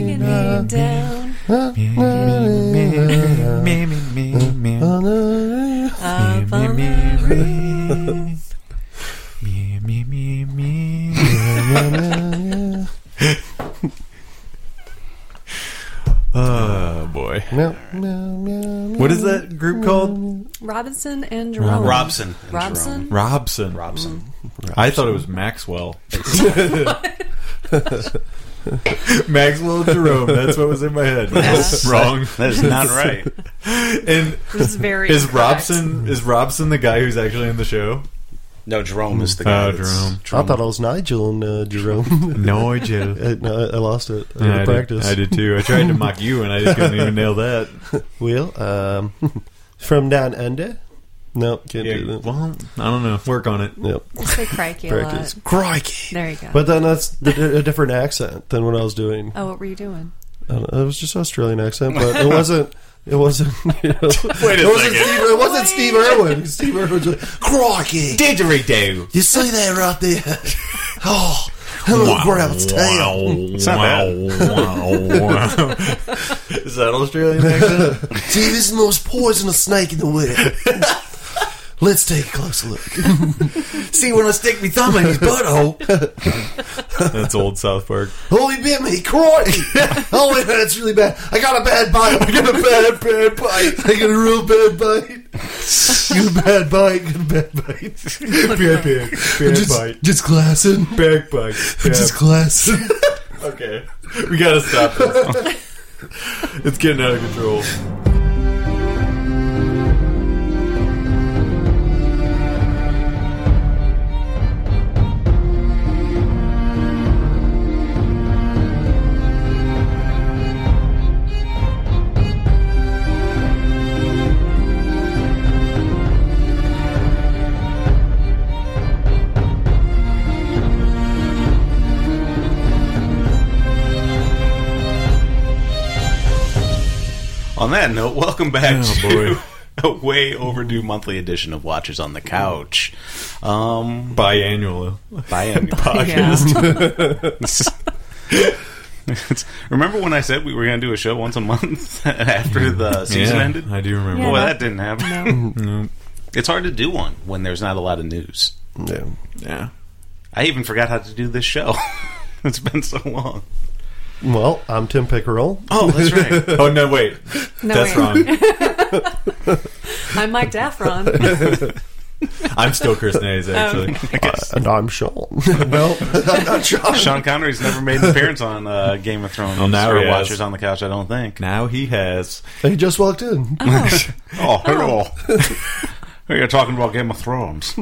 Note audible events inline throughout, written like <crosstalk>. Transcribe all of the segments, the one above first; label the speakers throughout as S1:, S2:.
S1: going down.
S2: Oh,
S1: Up on the roof.
S2: Oh boy. What is that group called?
S1: <laughs> Robinson and Jerome.
S3: Oh. Robson. Mm. and
S1: Robson?
S2: Robson.
S3: Jerome. Robson.
S2: I thought it was Maxwell. <laughs> Maxwell Jerome. That's what was in my head.
S3: That's-
S2: wrong.
S3: That is not right.
S2: And
S1: Which is very
S2: is
S1: incorrect.
S2: Robson is Robson the guy who's actually in the show?
S3: No, Jerome is the guy.
S2: Oh,
S3: that's-
S2: Jerome.
S3: <laughs> Jerome.
S4: I thought I was Nigel and uh, Jerome. <laughs>
S2: No, I do.
S4: Uh, no, I I lost it. I
S2: Yeah, I, did,
S4: practice.
S2: I did too. I tried to mock you, and I just couldn't even nail that.
S4: Well, um, <laughs> from down under. No, can't do
S2: Yeah,
S4: that.
S2: well, I don't know. Work on it.
S4: Yep.
S1: Just say crikey a lot.
S4: Practice. Crikey.
S1: There you go.
S4: But then that's the, a different accent than what I was doing.
S1: oh, what were you doing?
S4: I don't know, it was just Australian accent, but it wasn't. It wasn't. <laughs> You know,
S2: Wait
S4: it wasn't Steve. It wasn't Steve Irwin. Steve Irwin was like, "Crikey,
S2: Didgeridoo.
S4: you see that right <laughs> there? Oh, that little ground's tail."
S2: It's not that. <laughs> Is that Australian accent?
S4: See, this is the most poisonous snake in the <laughs> world. Let's take a closer look. <laughs>
S2: See when I stick me thumb in his butthole. That's old South Park.
S4: Oh, he bit me, <laughs> crikey! Oh, it hurts really bad. I got a bad bite. I got a bad bad bite. I got a real bad bite. <laughs> Good bad bite. Good bad <laughs> bite.
S2: Bear, bear, <laughs> bear
S4: just,
S2: bite,
S4: just glassing.
S2: back bite. Yeah.
S4: Just glassing.
S2: Okay, we gotta stop this. <laughs> it's getting out of control.
S3: On that note, welcome back
S2: Oh,
S3: to
S2: boy.
S3: <laughs> a way overdue monthly edition of Watchers on the Couch. Um,
S2: Biannual.
S1: <laughs>
S3: biannual podcast. It's- <laughs> Remember when I said we were going to do a show once a month <laughs> after the season
S2: Yeah,
S3: ended?
S2: I do remember.
S1: Yeah.
S3: Boy,
S2: that.
S3: that didn't happen.
S1: No.
S3: <laughs> It's hard to do one when there's not a lot of news.
S4: <laughs> Yeah.
S2: Yeah.
S3: I even forgot how to do this show. <laughs> it's been so long.
S4: Well, I'm Tim Pickerel.
S3: Oh, that's <laughs> right.
S2: Oh no! Wait,
S1: No,
S2: that's
S1: wait.
S2: wrong.
S1: I'm
S2: <laughs>
S1: Mike Daffron. <laughs>
S2: I'm still Chris Nays.
S1: Oh.
S2: Actually,
S3: I guess
S4: And I'm Sean. <laughs> well, I'm not Sean.
S3: Sean Connery's never made an appearance on uh, Game of Thrones
S2: Well, Oh, now
S3: or
S2: he has.
S3: Watchers on the Couch. I don't think.
S2: now he has.
S4: He just walked in.
S1: Oh,
S3: Oh, hello. <laughs> You're talking about Game of Thrones.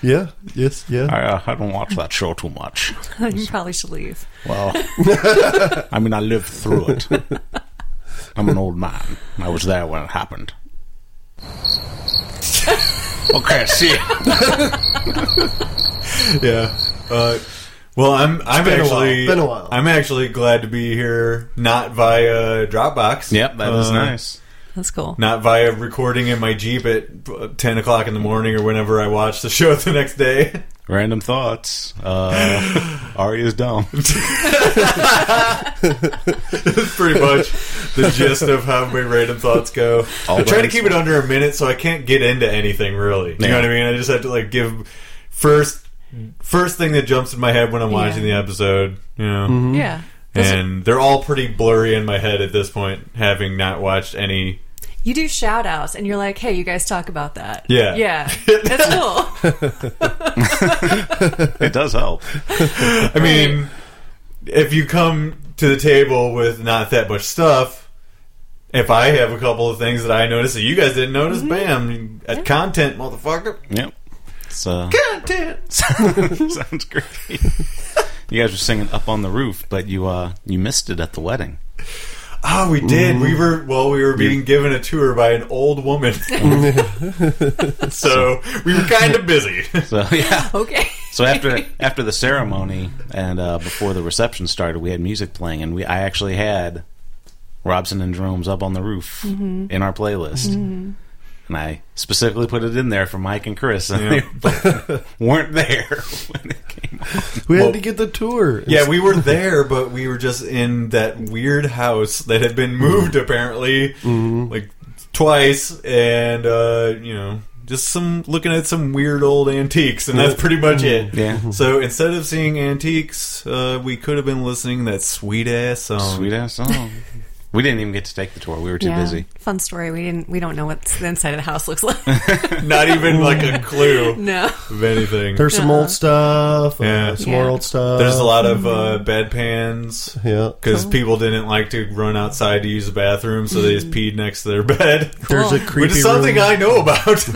S4: Yeah. Yes. Yeah.
S3: I, uh, I don't watch that show too much.
S1: you probably should leave.
S3: Well, I mean, I lived through it. I'm an old man. I was there when it happened. Okay, see.
S2: Yeah. Uh, well, I'm I'm
S4: been a while.
S2: actually
S4: Been a while.
S2: I'm actually glad to be here, not via Dropbox.
S3: Yep, that is
S2: Uh,
S3: nice.
S1: That's cool.
S2: Not via recording in my Jeep at uh, ten o'clock in the morning or whenever I watch the <laughs> show the next day. <laughs>
S3: Random thoughts. Uh, Ari is dumb.
S2: That's pretty much the gist of how my random thoughts go.
S3: All
S2: I try to
S3: right.
S2: keep it under a minute, so I can't get into anything really. You
S3: Yeah.
S2: know what I mean? I just have to like give first first thing that jumps in my head when I'm watching the
S1: Yeah.
S2: episode. You know.
S4: Mm-hmm.
S1: yeah. Those-
S2: and they're all pretty blurry in my head at this point, having not watched any.
S1: you do shout outs and you're like, hey, you guys talk about that.
S2: Yeah. <laughs>
S1: Yeah. That's cool.
S3: It does help.
S2: I mean, if you come to the table with not that much stuff, if I have a couple of things that I noticed that you guys didn't notice, bam, at content, motherfucker.
S3: Yep. It's, uh,
S2: Content.
S3: <laughs> sounds great. You guys were singing "Up on the Roof," but you uh, you missed it at the wedding.
S2: Oh, we did. We were well. We were being given a tour by an old woman, <laughs> so we were kind of busy.
S3: So <laughs> yeah.
S1: Okay.
S3: So after after the ceremony and uh, before the reception started, we had music playing, and we I actually had Robson and Jerome's "Up on the Roof" in our playlist, and I specifically put it in there for Mike and Chris, <laughs> and
S2: Yeah.
S3: they both weren't there <laughs> when it came on.
S4: We had
S2: Well-
S4: to get the tour.
S2: Yeah, we were there, but we were just in that weird house that had been moved apparently like twice, and uh, you know, just some looking at some weird old antiques, and that's pretty much it.
S3: Yeah.
S2: So instead of seeing antiques, uh, we could have been listening to that sweet ass song.
S3: Sweet ass song. we didn't even get to take the tour. We were too
S1: Yeah.
S3: busy.
S1: Fun story. We didn't. We don't know what the inside of the house
S2: <laughs>
S1: looks like.
S2: Not even like a clue
S1: no.
S2: of anything.
S4: There's some old stuff. uh,
S2: Yeah.
S4: some more
S1: Yeah.
S4: old stuff.
S2: There's a lot of uh, bedpans.
S4: Yeah.
S2: Because people didn't like to run outside to use the bathroom, so they just peed next to their bed.
S4: There's a
S1: Cool.
S4: creepy
S2: which is something
S4: room.
S2: I know about.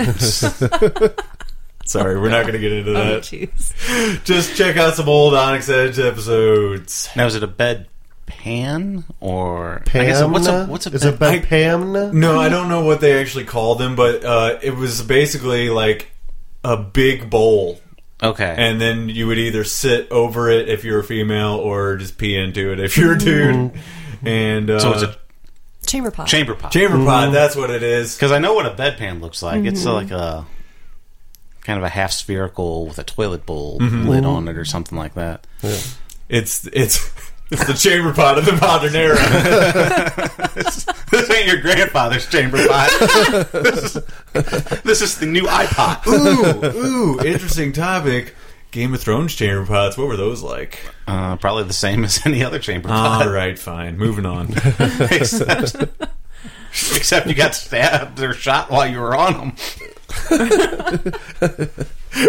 S2: <laughs> Sorry, we're not going to get into
S1: Oh,
S2: that.
S1: jeez.
S2: Just check out some old Onyx Edge episodes.
S3: Now is it a bed pan or I guess,
S4: Pamna?
S3: what's a what's a
S4: uh,
S3: Mm.
S4: Is it
S3: bed?
S4: bed
S2: I-
S4: Pamna?
S2: No, I don't know what they actually called them, but uh, it was basically like a big bowl,
S3: okay.
S2: and then you would either sit over it if you're a female, or just pee into it if you're a dude. And uh,
S3: so it's a
S1: Chamber pot.
S3: chamber pot.
S2: chamber pot. That's what it is.
S3: Because I know what a bedpan looks like. It's uh, like a kind of a half spherical with a toilet bowl lid on it or something like that.
S2: It's it's <laughs> it's the chamber pot of the modern era.
S3: <laughs> this ain't your grandfather's chamber pot. <laughs> this, is, this is the new iPod.
S2: ooh, ooh, interesting topic. Game of Thrones chamber pots. What were those like?
S3: <laughs> Uh, probably the same as any other chamber
S2: All
S3: pot,
S2: right, fine. Moving on.
S3: <laughs> except, except you got stabbed or shot while you were on them.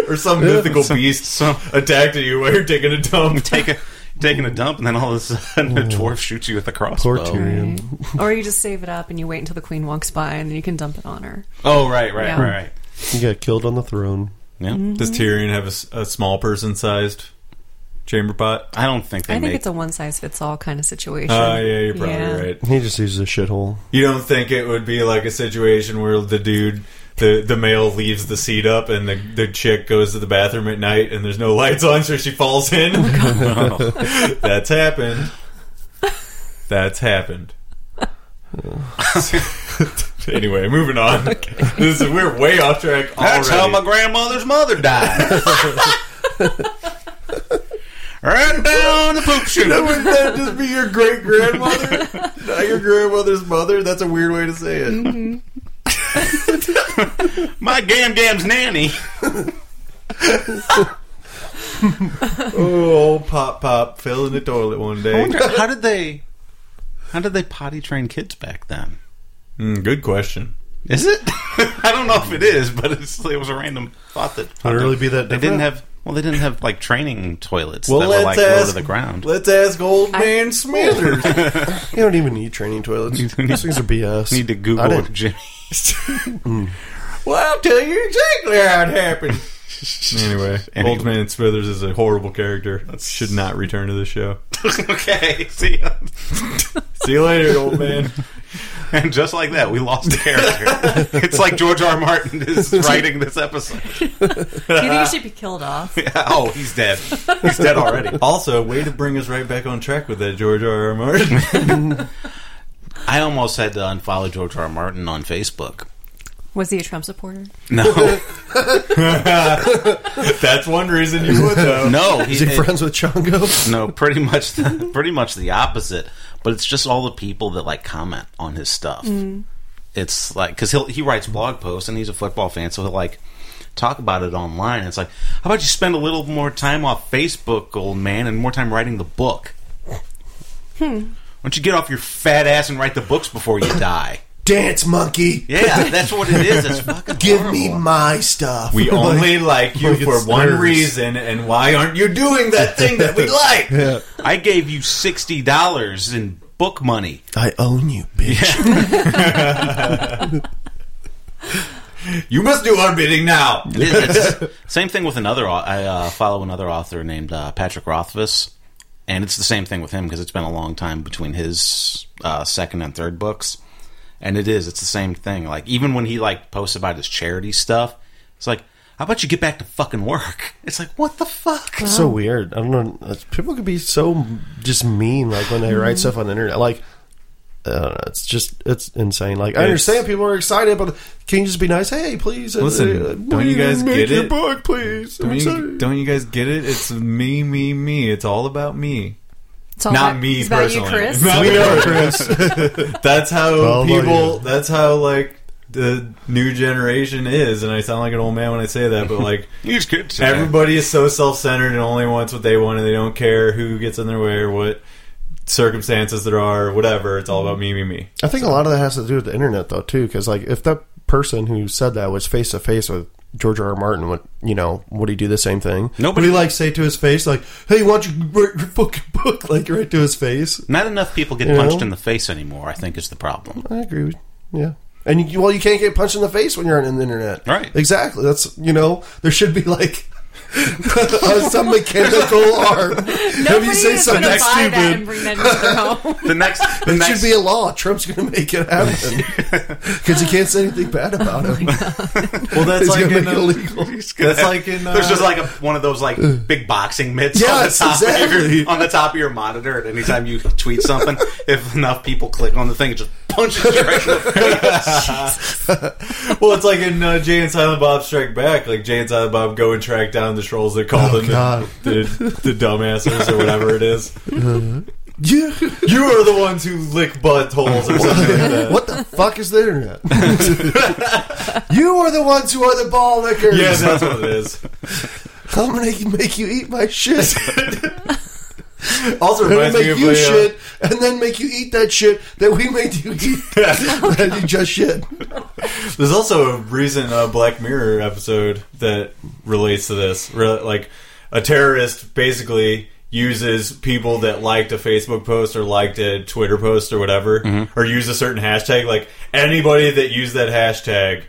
S2: or <laughs> some mythical beast
S3: So
S2: attacked you while you're taking a dump.
S3: <laughs> take a taking a dump, and then all of a sudden a dwarf shoots you with a crossbow.
S4: Poor Tyrion.
S1: Or you just save it up and you wait until the queen walks by and then you can dump it on her.
S3: Oh, right, right,
S1: Yeah. Mm.
S3: right, right.
S4: He got killed on the throne.
S3: Yeah,
S2: Does Tyrion have a s- a, small person sized chamber pot?
S3: I don't think they
S1: I think
S3: make
S1: it's a one size fits all kind of situation.
S2: Oh, yeah, you're probably
S1: Yeah.
S2: right.
S4: He just uses a shithole.
S2: You don't think it would be like a situation where the dude. The, the male leaves the seat up and the, the chick goes to the bathroom at night and there's no lights on so she falls <laughs> in.
S3: <laughs>
S2: That's happened. That's happened. <laughs> anyway, moving on. This is, we're way off track already.
S3: That's how my grandmother's mother <laughs> died. right down the poop chute.
S2: Wouldn't that just be your great grandmother? Not your grandmother's mother? That's a weird way to say it.
S3: My gam gam's nanny.
S2: Oh, old Pop Pop fell in the toilet one day.
S3: how did they? How did they potty train kids back then?
S2: Mm, good question.
S3: Is it? <laughs> I don't know if it is, but it's, it was a random thought that.
S4: Would it really be that
S3: They didn't
S4: different?
S3: have. Well, they didn't have like training toilets
S2: Well,
S3: that were
S2: let's
S3: like low
S2: ask.
S3: to the ground.
S2: Let's ask Old
S1: I-
S2: Man <laughs> Smithers.
S4: You don't even need training
S3: <laughs>
S4: toilets. These things are BS.
S3: Need to
S4: I
S3: Google
S4: didn't-
S3: it, Jimmy.
S2: well, I'll tell you exactly how it
S3: <laughs>
S2: happened. Anyway,
S3: Anyway.
S2: Old Man Smithers is a horrible character. Should not return to the show.
S3: <laughs> okay, see, ya.
S2: See you later, Old Man.
S3: and just like that, we lost the character.
S4: <laughs>
S3: it's like George R. R. Martin is writing this episode. <laughs>
S1: Do you
S2: <laughs>
S1: think it should be killed off?
S3: Oh, he's dead. He's dead already.
S2: <laughs> also, way to bring us right back on track with that George R. R. Martin.
S3: I almost had to unfollow George R. R. Martin on Facebook.
S1: Was he a Trump supporter?
S3: No,
S2: <laughs> That's one reason you would though.
S3: no, he
S4: Is he
S3: did-
S4: friends with
S3: <laughs>
S4: Chongo?
S3: No, pretty much, the, pretty much the opposite. But it's just all the people that like comment on his stuff. It's like because he he writes blog posts and he's a football fan, so he'll like talk about it online. It's like, how about you spend a little more time off Facebook, old man, and more time writing the book? Why don't you get off your fat ass and write the books before you die?
S4: Dance monkey.
S3: Yeah, that's what it is. It's fucking
S4: Give
S3: horrible.
S4: me my stuff.
S2: We only <laughs> like you
S4: like
S2: for
S4: it's
S2: one
S4: nerves.
S2: reason, and why aren't you doing that thing that <laughs> we like?
S4: Yeah.
S3: I gave you sixty dollars in book money.
S4: I own you, bitch.
S2: You must do our bidding now.
S3: It's- <laughs> same thing with another. au- I uh, follow another author named uh, Patrick Rothfuss, and it's the same thing with him because it's been a long time between his uh, second and third books. And it is. It's the same thing. Like even when he like posts about his charity stuff, it's like, how about you get back to fucking work? <laughs> It's like, what the fuck?
S4: It's so weird. I don't know. People could be so just mean, like when they write stuff on the internet. Like I don't know. It's just it's insane. Like I understand people are excited, but can you just be nice? Hey, please uh,
S2: Listen,
S4: uh,
S2: don't
S4: will
S2: you guys
S4: make
S2: get
S4: your
S2: it?
S4: book, please? I'm
S2: Don't you,
S4: excited.
S2: don't you guys get it? It's me, me, me. It's all about me.
S1: It's all
S2: Not
S1: about-
S2: me
S1: it's about
S2: personally. <laughs>
S1: you, Chris.
S2: Not
S4: We
S2: me.
S4: are Chris.
S2: That's how
S4: Well,
S2: people.
S4: yeah.
S2: That's how like the new generation is. And I sound like an old man when I say that, but like <laughs>
S3: He's good. today.
S2: everybody is so self-centered and only wants what they want, and they don't care who gets in their way or what circumstances there are, or whatever. It's all about me, me, me.
S4: I think a lot of that has to do with the internet, though, too. Because like, if that person who said that was face to face with George R. R. Martin, would you know, would he do the same thing?
S3: Nobody-
S4: would he like say to his face, like, "Hey, why don't you write your fucking book?" <laughs> Like right to his face.
S3: Not enough people get
S4: You
S3: punched
S4: know?
S3: in the face anymore. I think is the problem.
S4: I agree. With, yeah. And you, well, you can't get punched in the face when you're on the internet,
S3: Right.
S4: Exactly. That's you know, there should be like <laughs> some mechanical arm. Have
S1: Nobody
S4: you say
S1: is
S4: something
S1: going to buy that and
S4: stupid?
S1: bring that into their
S2: <laughs>
S1: home.
S3: The next, the
S4: It
S3: next
S4: should be a law. Trump's going to make it happen because he can't say anything bad
S1: Oh
S4: about him.
S2: Well,
S4: <laughs>
S2: that's
S4: He's
S2: like
S4: going to
S2: in
S4: make it
S2: a-
S4: illegal.
S2: that's like in uh,
S3: There's just like a, one of those like big boxing mitts
S4: Mm. Yes,
S3: on, the top of
S4: exactly.
S3: your, on the top of your monitor. And anytime you
S4: <laughs>
S3: tweet something, if enough people click on the thing, it just punches you right in the face.
S2: Well, it's like in uh, Jay and Silent Bob Strike Back. Like Jay and Silent Bob go and track down the trolls that call
S4: Oh,
S2: them
S4: God.
S2: the, the, the dumbasses or whatever it is.
S4: Yeah.
S2: You are the ones who lick buttholes or something like
S4: <laughs>
S2: that.
S4: What the fuck is the internet? you are the ones who are the ball lickers.
S2: Yeah, that's what it is.
S4: I'm going to make you eat my shit.
S2: Also
S4: I'm going
S2: reminds
S4: to make
S2: me of
S4: you
S2: a, uh,
S4: shit and then make you eat that shit that we made you
S2: <laughs>
S4: eat. <laughs> that you just shit.
S2: There's also a recent uh, Black Mirror episode that relates to this. Re- like, a terrorist basically uses people that liked a Facebook post or liked a Twitter post or whatever, or use a certain hashtag. Like, anybody that used that hashtag,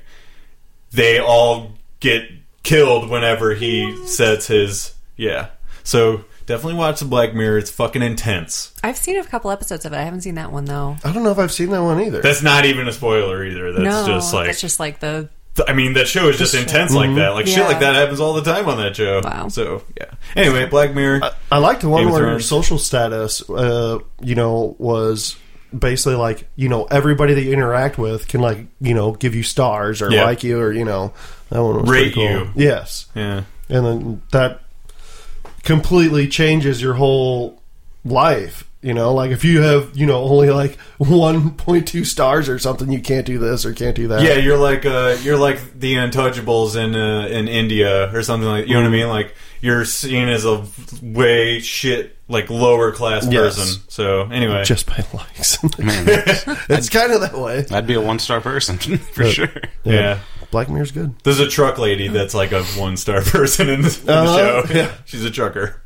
S2: they all get killed whenever he sets his. Yeah. So, definitely watch the Black Mirror. It's fucking intense.
S1: I've seen a couple episodes of it. I haven't seen that one though.
S4: I don't know if I've seen that one either.
S2: That's not even a spoiler either. That's
S1: no,
S2: just like.
S1: it's just like the
S2: I mean, that show is just intense
S4: Mm-hmm.
S2: like that. Like shit
S1: Yeah.
S2: like that happens all the time on that show.
S1: Wow.
S2: So yeah. Anyway, Black Mirror.
S4: I, I liked the one
S2: Game of
S4: where your
S2: Thrones.
S4: social status, uh, you know, was basically like you know everybody that you interact with can like you know give you stars or
S2: Yeah.
S4: like you or you know that one was
S2: Rate
S4: pretty cool.
S2: you.
S4: Yes,
S2: yeah.
S4: and then that completely changes your whole life. You know, like if you have you know only like <laughs> one point two stars or something, you can't do this or can't do that.
S2: Yeah, you're like uh, you're like the Untouchables in uh, in India or something like. You know what I
S4: Mm-hmm.
S2: mean? Like you're seen as a way shit like lower class
S4: Yes.
S2: person. So anyway,
S4: Just by likes.
S3: Man,
S4: <laughs> it's kind of that way.
S3: I'd be a one star person <laughs> for
S4: Yeah.
S3: sure.
S2: yeah.
S4: Black Mirror's good.
S2: There's a truck lady that's like a one star <laughs> person in the, in the
S4: Uh-huh.
S2: show.
S4: Yeah.
S2: <laughs> she's a trucker.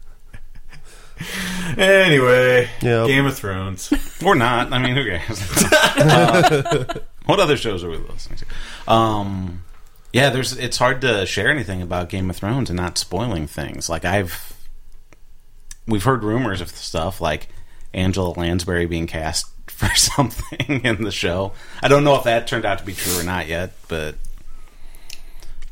S2: anyway,
S4: Yeah.
S2: Game of Thrones.
S3: Or not. I mean, who
S2: <laughs>
S3: cares? Uh, what other shows are we listening to? Um, yeah, there's. It's hard to share anything about Game of Thrones and not spoiling things. Like I've, we've heard rumors of stuff like Angela Lansbury being cast <laughs> for something in the show. I don't know if that turned out to be true or not yet, but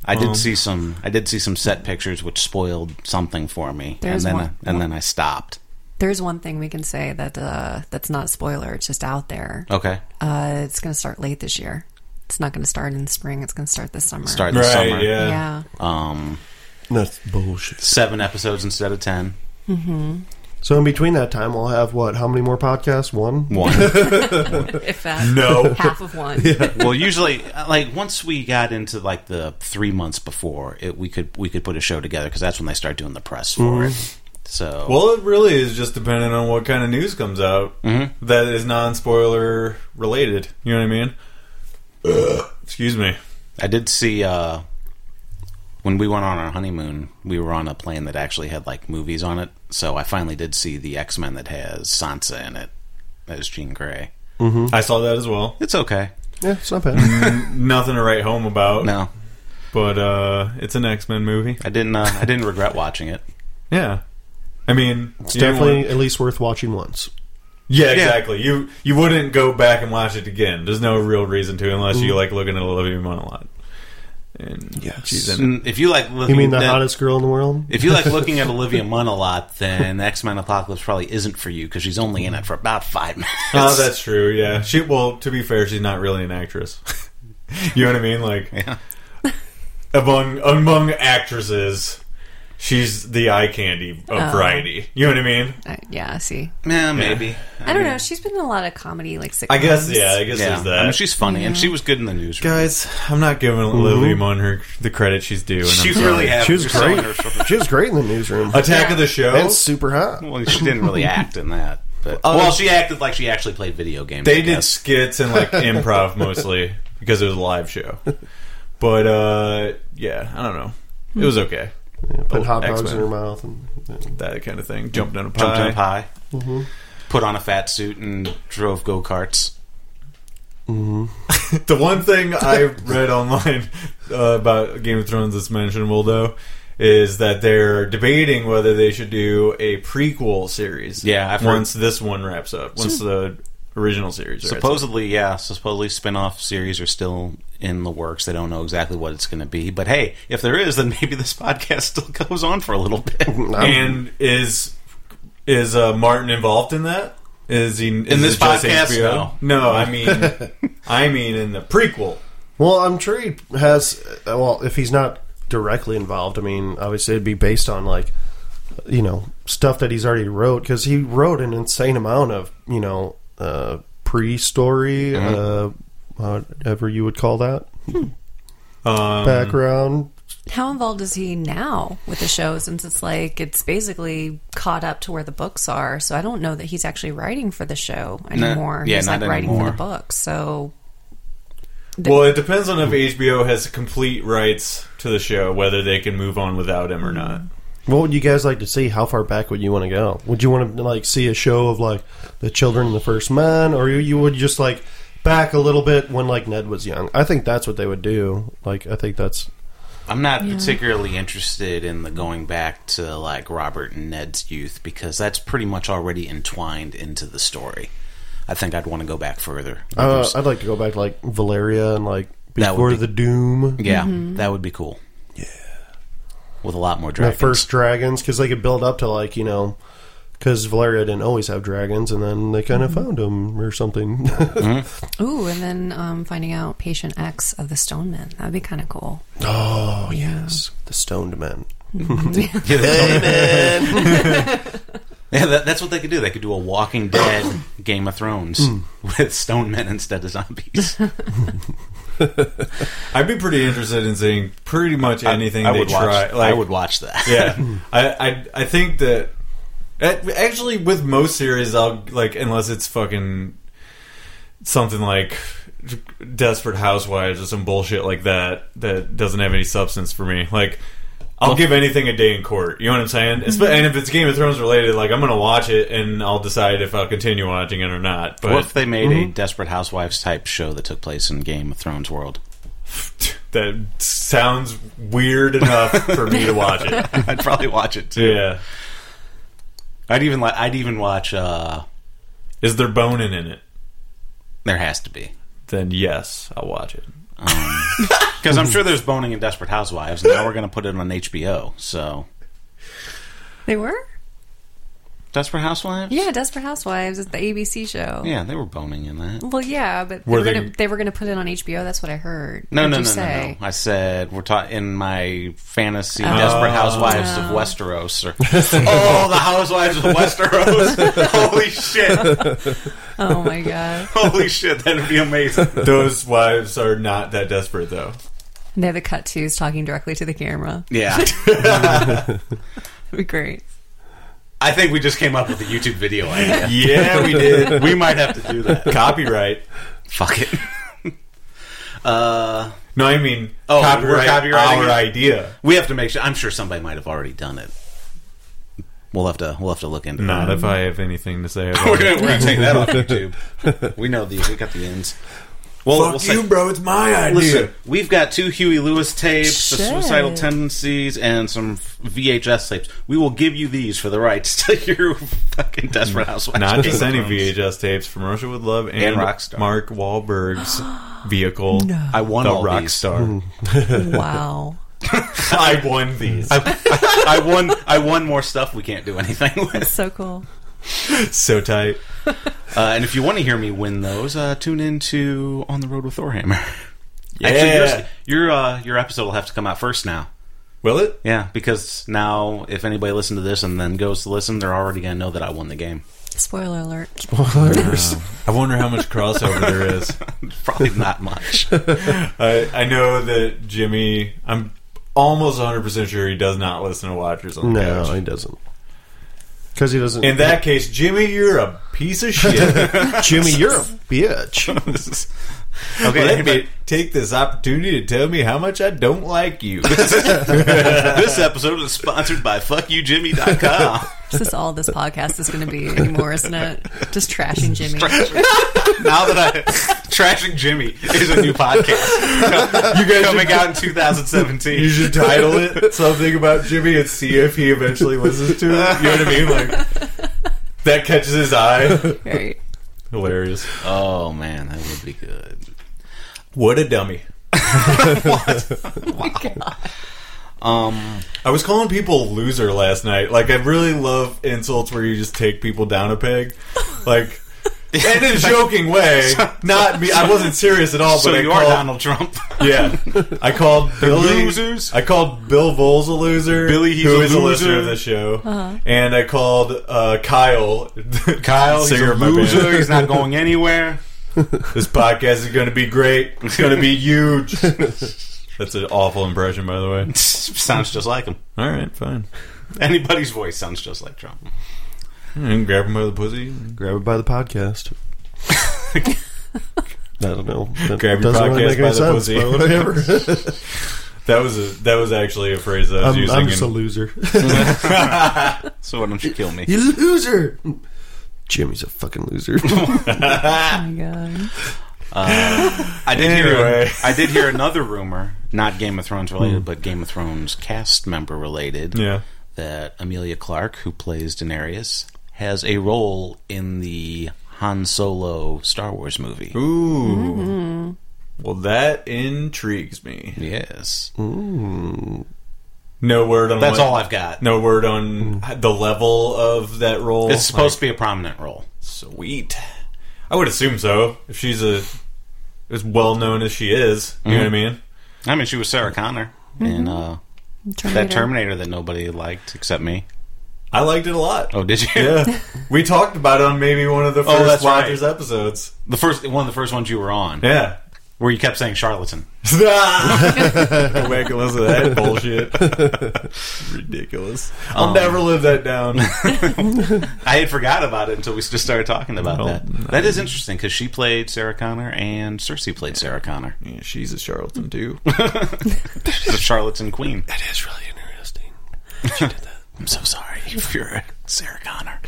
S3: I did
S2: Um.
S3: see some. I did see some set pictures which spoiled something for me, and
S1: There's
S3: then
S1: one-
S3: I, and then I stopped.
S1: there's one thing we can say that uh, that's not a spoiler. It's just out there.
S3: Okay,
S1: Uh, it's going to start late this year. It's not going to start in spring. It's going to start this summer.
S3: start the
S2: Right?
S3: summer.
S2: Yeah.
S1: Yeah.
S3: Um,
S4: That's bullshit.
S3: seven episodes instead of ten.
S4: So in between that time, we'll have what? How many more podcasts? One.
S3: One.
S1: If
S2: <laughs>
S1: that.
S2: No.
S1: Half
S2: <laughs>
S1: of one.
S3: <laughs> well, usually, like once we got into like the three months before, it, we could we could put a show together because that's when they start doing the press for it. So,
S2: Well, it really is just dependent on what kind of news comes out
S3: Mm-hmm.
S2: that is non spoiler related. You know what I mean? Excuse me.
S3: I did see uh, when we went on our honeymoon, we were on a plane that actually had like movies on it. So I finally did see the X Men that has Sansa in it as Jean Grey.
S2: I saw that as well.
S3: It's okay.
S4: Mm-hmm. Yeah, it's not
S2: Mm-hmm.
S4: bad.
S3: <laughs>
S2: Nothing to write home about,
S3: No,
S2: but uh, it's an X Men movie.
S3: I didn't. Uh, I didn't regret watching it.
S2: Yeah. I mean,
S4: It's
S2: you didn't
S4: definitely
S2: want-
S4: at least worth watching once.
S2: yeah, exactly. You you
S3: Mm.
S2: wouldn't go back and watch it again. There's no real reason to unless you like looking at Olivia Munn a lot. and
S4: Yes.
S2: she's in. it.
S3: And if you like looking
S4: You mean the
S3: at-
S4: hottest girl in the world?
S3: If you like looking at Olivia Munn a lot, then X Men Apocalypse probably isn't for you because she's only in it for about five minutes.
S2: Oh, that's true. Yeah, she. Well, to be fair, she's not really an actress. <laughs> you know what I mean? Like
S3: Yeah.
S2: among among actresses, she's the eye candy of
S1: Oh.
S2: variety. You know what I mean?
S1: I, yeah, I see.
S3: yeah, maybe.
S1: I don't know. She's been in a lot of comedy, like sitcoms.
S2: I guess. Yeah, I guess
S3: Yeah,
S2: there's that.
S3: I mean, she's funny and she was good in the news.
S2: Guys, I'm not giving Lily Munn her the credit she's due. And
S3: she
S2: I'm sorry.
S3: really had
S4: She was
S3: you're selling
S4: great.
S3: her short-
S4: She was great in the newsroom.
S2: Attack of the
S4: And
S2: Show.
S4: super hot.
S3: well, she didn't
S1: <laughs>
S3: really act in that. But, well, she acted like she actually played video games. I
S2: Oh, They did
S3: guess.
S2: skits and like improv
S3: <laughs>
S2: mostly because it was a live show. But uh yeah, I don't know. It was okay.
S4: Put hot dogs
S2: X-Men.
S4: in her mouth. And,
S2: That kind of thing. Jumped on a pie.
S3: jumped on a pie,
S1: Mm-hmm.
S3: put on a fat suit, and drove go karts.
S2: The one thing I read online uh, about Game of Thrones that's mentionable, though, is that they're debating whether they should do a prequel series.
S3: Yeah, I've heard-
S2: once this one wraps up, once the original series. wraps up.
S3: Supposedly, yeah. Supposedly, spin-off series are still in the works. They don't know exactly what it's going to be. But hey, if there is, then <laughs> maybe this podcast still goes on for a little
S4: <laughs>
S3: bit.
S2: and is is uh, Martin involved in that? Is he is
S3: this
S2: it just
S3: podcast?
S2: HBO? No, I mean,
S3: <laughs>
S2: I mean in the prequel.
S4: well, I'm sure he has. Well, if he's not directly involved, I mean, obviously it'd be based on like, you know, stuff that he's already wrote because he wrote an insane amount of you know uh, pre-story, uh, whatever you would call that
S2: Um,
S4: background.
S1: How involved is he now with the show? Since it's like it's basically caught up to where the books are, so I don't know that he's actually writing for the show anymore.
S3: yeah,
S1: he's
S3: not
S1: like writing for the
S3: anymore.
S1: books. So
S2: Well, it depends on if HBO has complete rights to the show, whether they can move on without him or not.
S4: What would you guys like to see? How far back would you want to go? Would you want to like see a show of like the children and the first men, or you, you would just like back a little bit when like Ned was young? I think that's what they would do. Like I think that's
S3: I'm not particularly interested in the going back to like Robert and Ned's youth because that's pretty much already entwined into the story. I think I'd want to go back further.
S4: uh, I'd like to go back to like Valeria and like
S3: That would
S4: before
S3: be-
S4: the Doom,
S3: yeah, that would be cool. Yeah, with a lot more
S4: the
S3: dragons.
S4: first dragons, because they could build up to like you know. Because Valeria didn't always have dragons, and then they kind of found 'em found them or something.
S1: ooh, and then um, finding out patient X of the Stonemen that'd be kind of cool.
S4: <laughs> oh yes, the stoned men.
S3: Yeah,
S2: <laughs>
S3: <laughs> yeah that, that's what they could do. They could do a Walking Dead Game of Thrones
S2: Hmm.
S3: with stone men instead of zombies.
S2: I'd be pretty interested in seeing pretty much <laughs> anything
S3: I
S2: they
S3: would
S2: try.
S3: Watch,
S2: like-
S3: I would watch that. <laughs>
S2: yeah, I, I I think that a- actually with most series I'll like unless it's fucking something like Desperate Housewives or some bullshit like that that doesn't have any substance for me. Like I'll give anything a day in court. You know what I'm saying? It's- And if it's Game of Thrones related, like I'm gonna watch it and I'll decide if I'll continue watching it or not. But Mm-hmm.
S3: What if they made a Desperate Housewives type show that took place in Game of Thrones world? <laughs>
S2: that sounds weird enough for me to watch
S3: <laughs>
S2: it.
S3: I'd probably watch it too.
S2: Yeah.
S3: I'd even like. I'd even watch. uh
S2: Is there boning in it?
S3: There has to be
S2: Then yes, I'll watch it. <laughs>
S3: because
S2: Mm-hmm.
S3: I'm sure there's boning in Desperate Housewives. And now we're going to put it on HBO. So
S1: They were,
S3: Desperate Housewives.
S1: yeah, Desperate Housewives is the ABC show.
S3: Yeah, they were boning in that.
S1: Well, yeah, but they
S2: Were
S1: were,
S2: they-
S1: gonna, they were gonna put it on HBO. That's what I heard.
S3: No,
S1: What'd
S3: no,
S1: you
S3: no, no, <laughs>
S1: say? Oh.
S3: no. I said we're talking in my fantasy Desperate Housewives of Westeros. Or, oh, the Housewives
S1: <laughs>
S3: of Westeros! Holy shit!
S1: Oh my god,
S3: Holy shit! That'd be amazing.
S2: Those wives are not that desperate, though.
S1: and they have the cut twos talking directly to the camera.
S3: Yeah,
S1: That'd be great.
S3: I think we just came up with a YouTube video idea.
S2: Yeah, <laughs> we did.
S3: We might have to do that.
S2: Copyright.
S3: Fuck it. Uh,
S2: No, I mean
S3: Oh, we're
S2: copyright
S3: copywriting
S2: our
S3: it?
S2: idea.
S3: we have to make sure. I'm sure somebody might have already done it. We'll have to. We'll have to look into
S2: Not
S3: that.
S2: if I have anything to say
S3: <laughs> We're
S2: about it.
S3: gonna, we're gonna take that off YouTube. We know these. We got the ends. Well,
S2: Fuck
S3: we'll say-
S2: you, bro. It's my idea.
S3: Listen, we've got two Huey Lewis tapes, the
S1: Shit.
S3: suicidal tendencies, and some VHS tapes. We will give you these for the rights <laughs> to your fucking Desperate Housewives.
S2: Mm. Not just any
S3: Clones.
S2: VHS tapes from Russia with Love and,
S3: And Rockstar.
S2: Mark <gasps> Wahlberg's vehicle.
S3: I want
S2: the
S3: all
S2: rock
S3: these.
S2: star.
S1: Wow.
S2: <laughs> I won these.
S3: <laughs> I won. I won more stuff. We can't do anything <laughs>
S1: <laughs>
S3: with.
S1: so cool.
S2: so tight.
S3: Uh, and if you want to hear me win those, uh, tune in to On the Road with Thorhammer. <laughs> Actually,
S2: Yeah.
S3: yours- your uh, your episode will have to come out first now.
S2: Will it?
S3: Yeah, because now if anybody listened to this and then goes to listen, they're already going to know that I won the game. <laughs>
S1: Spoiler alert.
S2: Um, I wonder how much crossover there <laughs> is.
S3: Probably not much.
S2: I, I know that Jimmy. I'm almost 100 percent sure he does not listen to Watchers on the
S4: No,
S2: couch.
S4: he doesn't. Because he doesn't.
S2: In that case, Jimmy, you're a piece of shit. <laughs>
S4: Jimmy, you're a bitch.
S3: This is-
S2: Let
S3: anybody-
S2: me take this opportunity to tell me how much I don't like you.
S3: <laughs> this episode is sponsored by fuckyoujimmy.com.
S1: This is all this podcast is going to be anymore, isn't it? Just trashing Jimmy.
S3: now that I Trashing Jimmy is a new podcast. you guys coming out in 2017.
S2: You should title it something about Jimmy and see if he eventually listens to it. You know what I mean? Like that catches his eye.
S1: <laughs> Right.
S2: Hilarious.
S3: Oh man, that would be good.
S2: What a dummy.
S1: <laughs> Oh
S3: Um,
S2: I was calling people loser last night. Like I really love insults where you just take people down a peg. Like in
S3: <laughs>
S2: a joking way. Not me I wasn't serious at all,
S3: so
S2: but I
S3: you are
S2: called
S3: Donald Trump.
S2: Yeah. I called Billy.
S3: losers.
S2: I called Bill Voles a loser.
S3: Billy, he's
S2: who
S3: a
S2: is
S3: loser.
S2: listener of the show. And I called uh, Kyle.
S3: <laughs> <laughs> Kyle, he's
S2: singer
S3: a
S2: of my band.
S3: loser. He's not going anywhere.
S2: This podcast is going to be great. It's going to be
S3: <laughs>
S2: huge. That's an awful impression, by the way.
S3: <laughs> sounds just like him.
S2: All right, fine.
S3: Anybody's voice sounds just like Trump.
S2: And grab him by the pussy.
S4: Grab it by the
S2: <laughs>
S4: podcast. I don't know. That
S2: Grab your
S4: doesn't really make
S2: podcast by
S4: any sense,
S2: the pussy.
S4: but
S2: <laughs>
S4: whatever.
S2: That was a, that was actually a phrase that I was
S4: I'm,
S2: using.
S4: I'm just a
S2: in-
S4: loser.
S3: So why don't you kill me?
S4: you loser. Jimmy's a fucking
S2: <laughs>
S4: loser.
S1: Oh my god.
S3: I did hear.
S2: Anyway.
S3: I did hear another rumor, not Game of Thrones related, but Game of Thrones cast member related.
S2: yeah.
S3: that Amelia Clark, who plays Daenerys, has a role in the Han Solo Star Wars movie.
S2: Ooh. Well, that intrigues me.
S3: Yes,
S2: No word on
S3: that's
S2: what-
S3: all I've got.
S2: No word on the level of that role.
S3: It's supposed to be a prominent role.
S2: Sweet. I would assume so. If she's a as well known as she is, you
S3: Mm-hmm.
S2: know what I mean.
S3: I mean, she was Sarah
S2: Mm-hmm.
S3: Connor in uh, that Terminator that nobody liked except me.
S2: I liked it a lot.
S3: Oh, did you?
S2: Yeah, we talked about it on maybe one of the
S3: Oh,
S2: first
S3: that's right.
S2: Watchers episodes.
S3: <laughs> The first one of the first ones you were on,
S2: Yeah. <laughs>
S3: where you kept saying charlatan.
S2: Go back and listen to that bullshit.
S3: <laughs>
S2: Ridiculous.
S3: Um,
S2: I'll never live that down.
S3: I had forgot about it until we just started talking about
S2: Oh,
S3: that. That is interesting because she played Sarah Connor and Cersei played Sarah Connor,
S2: Yeah, she's a charlatan too.
S3: the charlatan queen.
S4: It is really interesting.
S3: I'm so sorry if you're a Sarah Connor.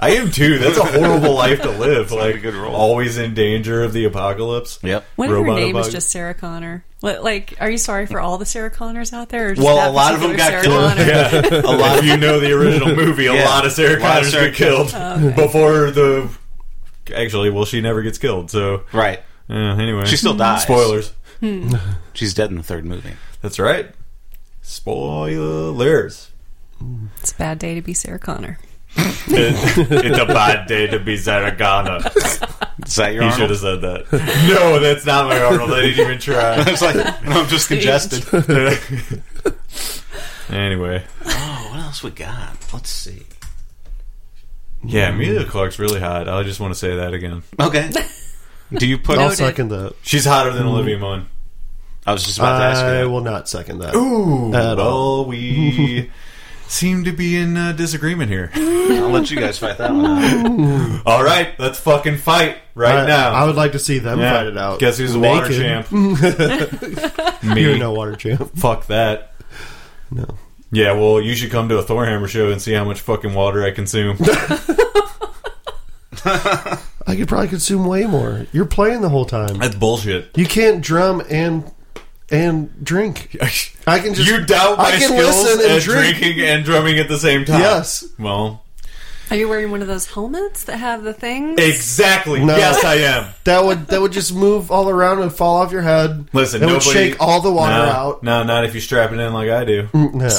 S2: I am too. That's a horrible life to live.
S3: not a
S2: Like
S3: good role.
S2: always in danger of the apocalypse.
S3: Yep.
S1: What if her
S2: Robot
S1: name is
S2: bug.
S1: just Sarah Connor? What, like, are you sorry for all the Sarah Connors out there? or just
S3: Well,
S1: that
S3: a lot of them
S1: particular
S3: got
S1: Sarah
S3: killed.
S1: Connor?
S2: Yeah. A lot if you know the
S3: <laughs>
S2: original movie, a
S3: Yeah.
S2: lot of Sarah
S3: A lot of
S2: Connors
S3: Sarah
S2: get killed before the. Actually, well, she never gets killed, so
S3: Right.
S2: uh, anyway,
S3: She still dies.
S2: Spoilers.
S3: She's dead in the third movie.
S2: That's right. Spoilers.
S1: It's a bad day to be Sarah Connor.
S2: <laughs> It- it's a bad day to be Sarah Connor.
S3: Is that your
S2: He should have said that. No, that's not my Arnold. I didn't even try. <laughs>
S3: <laughs> It's like I'm just congested.
S2: anyway,
S3: Oh, what else we got? Let's see.
S2: yeah, Amelia Clark's really hot. I just want to say that again. <laughs>
S3: Okay. Do you put?
S4: I'll
S1: Noted.
S4: second that.
S2: She's hotter than
S3: Mm-hmm.
S2: Olivia Munn.
S3: I was just about to ask you.
S4: I
S3: That.
S4: will not second that.
S2: Ooh,
S4: At
S2: well,
S4: all. <laughs>
S2: we seem to be in uh, disagreement here.
S3: I'll let you guys fight that one.
S2: <laughs>
S3: out.
S2: All right, let's fucking fight right
S4: I,
S2: now.
S4: I would like to see them
S2: Yeah.
S4: fight it out.
S2: Guess who's the water champ?
S4: <laughs>
S2: Me.
S4: You're no water champ.
S2: <laughs> Fuck that.
S4: No.
S2: Yeah, well, you should come to
S4: <laughs>
S2: a Thorhammer show and see how much fucking water I consume.
S4: I I could probably consume way more. You're playing the whole time.
S2: That's bullshit.
S4: You can't drum and and
S2: <laughs>
S4: drink. I can just
S2: you doubt my
S4: I can
S2: skills
S4: listen and
S2: at
S4: drink.
S2: drinking and drumming at the same time.
S4: Yes.
S2: Well,
S1: Are you wearing one of those helmets that have the thing?
S2: exactly.
S4: No.
S2: Yes, I am.
S4: That would that would just move all around and fall off your head.
S2: Listen,
S4: it
S2: nobody,
S4: would shake all the water
S2: no, <laughs>
S4: out. Mm,
S2: No, not if you strap it in like I do.
S4: No,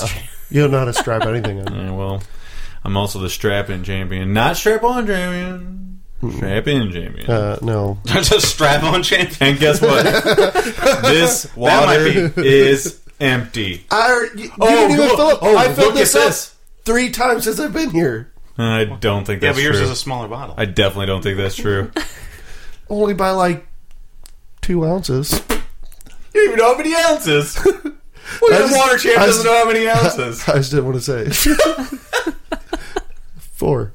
S4: you don't know how to strap anything
S2: <laughs>
S4: in.
S2: Yeah, well, I'm also the strap in champion, not strap on champion. Strap in champion.
S4: Hmm. Uh, no,
S3: Just strap on champion.
S2: and guess what?
S4: <laughs>
S2: this water
S4: might
S2: is empty.
S4: I already- you, you
S2: Oh,
S4: didn't even
S2: look-
S4: fill up.
S2: oh,
S4: I filled
S2: look at
S4: this up
S2: this. Uh,
S4: three times since I've been here,
S2: I don't think
S3: Yeah,
S2: that's
S3: but yours
S2: true.
S3: is a smaller bottle.
S2: I definitely don't think that's
S4: <laughs>
S2: true.
S4: only by like two ounces. <laughs>
S2: you don't even know how many ounces. Well,
S4: I
S2: the
S4: just-
S2: water champ
S4: I
S2: doesn't
S4: just-
S2: know how many
S4: <laughs>
S2: ounces.
S4: I just didn't want to say four.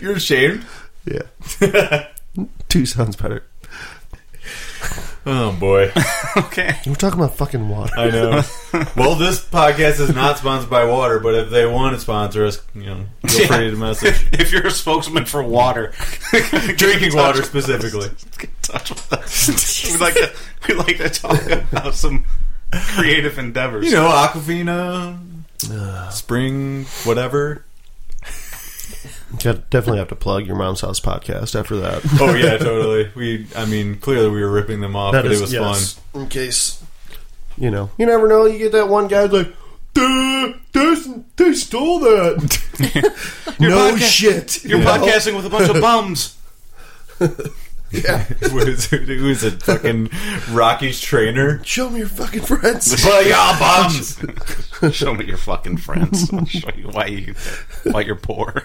S2: You're ashamed. <laughs>
S4: Yeah, two sounds better.
S2: Oh boy,
S3: <laughs> Okay.
S4: We're talking about fucking water.
S2: I know.
S4: <laughs>
S2: well, this podcast is not sponsored by water, but if they want to sponsor us, you know, feel free to message.
S3: If you're a spokesman for water,
S2: <laughs> Drinking water specifically.
S3: get in touch with us. we like to we like to talk about some creative endeavors.
S2: You know, Aquafina, spring, whatever.
S4: Yeah, definitely have to plug your mom's house podcast after that. <laughs>
S2: Oh <laughs> yeah, totally. We, I mean, clearly we were ripping them off, but it was fun.
S4: fun. In case you know, you never know. You get that one guy who's like, "Duh, they, they stole that." <laughs> no
S3: podca-
S4: shit.
S3: You're
S4: you know?
S3: podcasting with
S2: <laughs>
S3: a bunch of bums.
S2: who's, who's a fucking Rockies <laughs> trainer?
S4: Show me your fucking <laughs> friends.
S2: But y'all bums.
S3: Show me your fucking friends. I'll show you why you why you're poor.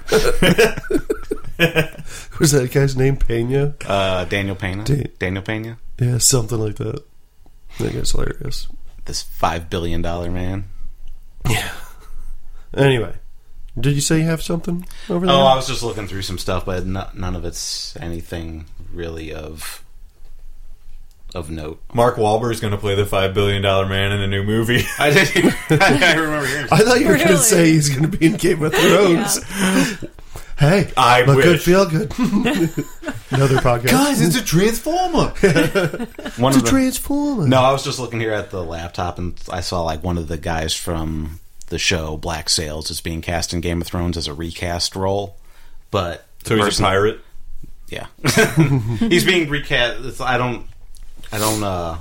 S4: Was that guy's name Pena?
S3: Uh, Daniel Pena.
S4: Dude.
S3: Daniel Pena.
S4: Yeah, something like that. That guy's hilarious.
S3: This five billion dollar man.
S4: Anyway, did you say you have something over there?
S3: Oh, I was just looking through some stuff, but no, none of it's anything really of
S2: <laughs>
S3: of note.
S2: Mark Wahlberg's going to play the five billion dollar man in the new movie.
S3: I
S2: <laughs>
S3: did. I remember hearing.
S4: I thought you were going
S1: Really?
S4: to say he's going to be in Game of Thrones. Hey,
S2: I
S4: look good,
S2: wish.
S4: feel good. Another podcast.
S2: it's a transformer.
S3: <laughs> One
S4: it's
S3: of
S4: a
S3: the-
S4: transformer.
S3: No, I was just looking here at the laptop, and I saw like one of the guys from the show Black Sails is being cast in Game of Thrones as a recast role, but
S2: so he's a pirate.
S3: yeah, <laughs> he's being recast. It's, I don't, I don't, uh,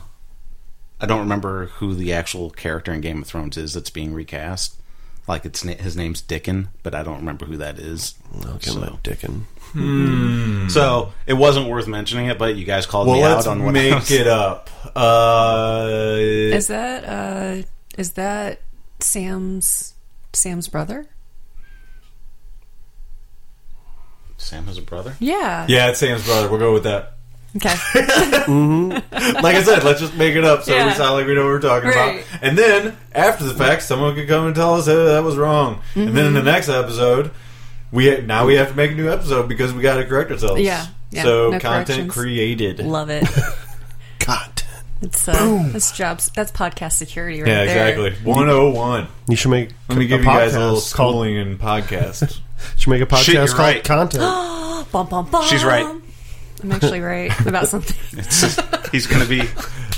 S3: I don't remember who the actual character in Game of Thrones is that's being recast. Like it's na- his name's Dickon, but I don't remember who that is.
S4: Okay,
S3: so,
S4: so. Dickin.
S3: so it wasn't worth mentioning it, but you guys called
S2: Hmm. Well,
S3: me
S2: let's
S3: out on what I
S2: make
S3: was-
S2: it up. Uh,
S1: Is that uh, is that Sam's Sam's brother?
S3: Sam has a brother.
S1: Yeah.
S2: yeah, it's Sam's brother. We'll go with that.
S1: Okay.
S2: Like I said, let's just make it up so we
S1: Yeah.
S2: sound like we know what we're talking
S1: Right.
S2: about. And then after the fact, someone could come and tell us "Hey, that was wrong. And then in
S1: Mm-hmm.
S2: the next episode, we now we have to make a new episode because we got to correct ourselves.
S1: Yeah, yeah,
S2: so
S1: no
S2: content
S1: corrections.
S2: created.
S1: Love it.
S4: God.
S1: It's uh, that's jobs. That's podcast security right
S2: yeah,
S1: there.
S2: exactly. One oh one.
S4: You should make
S2: Let me
S4: a
S2: give you guys a little
S4: podcast called,
S2: schooling in
S4: <laughs>
S2: podcast.
S4: should make a podcast
S3: Shit, you're
S4: called
S3: right.
S4: Content.
S1: Bum, bum, bum.
S3: She's right.
S1: I'm actually right about something.
S3: He's going to be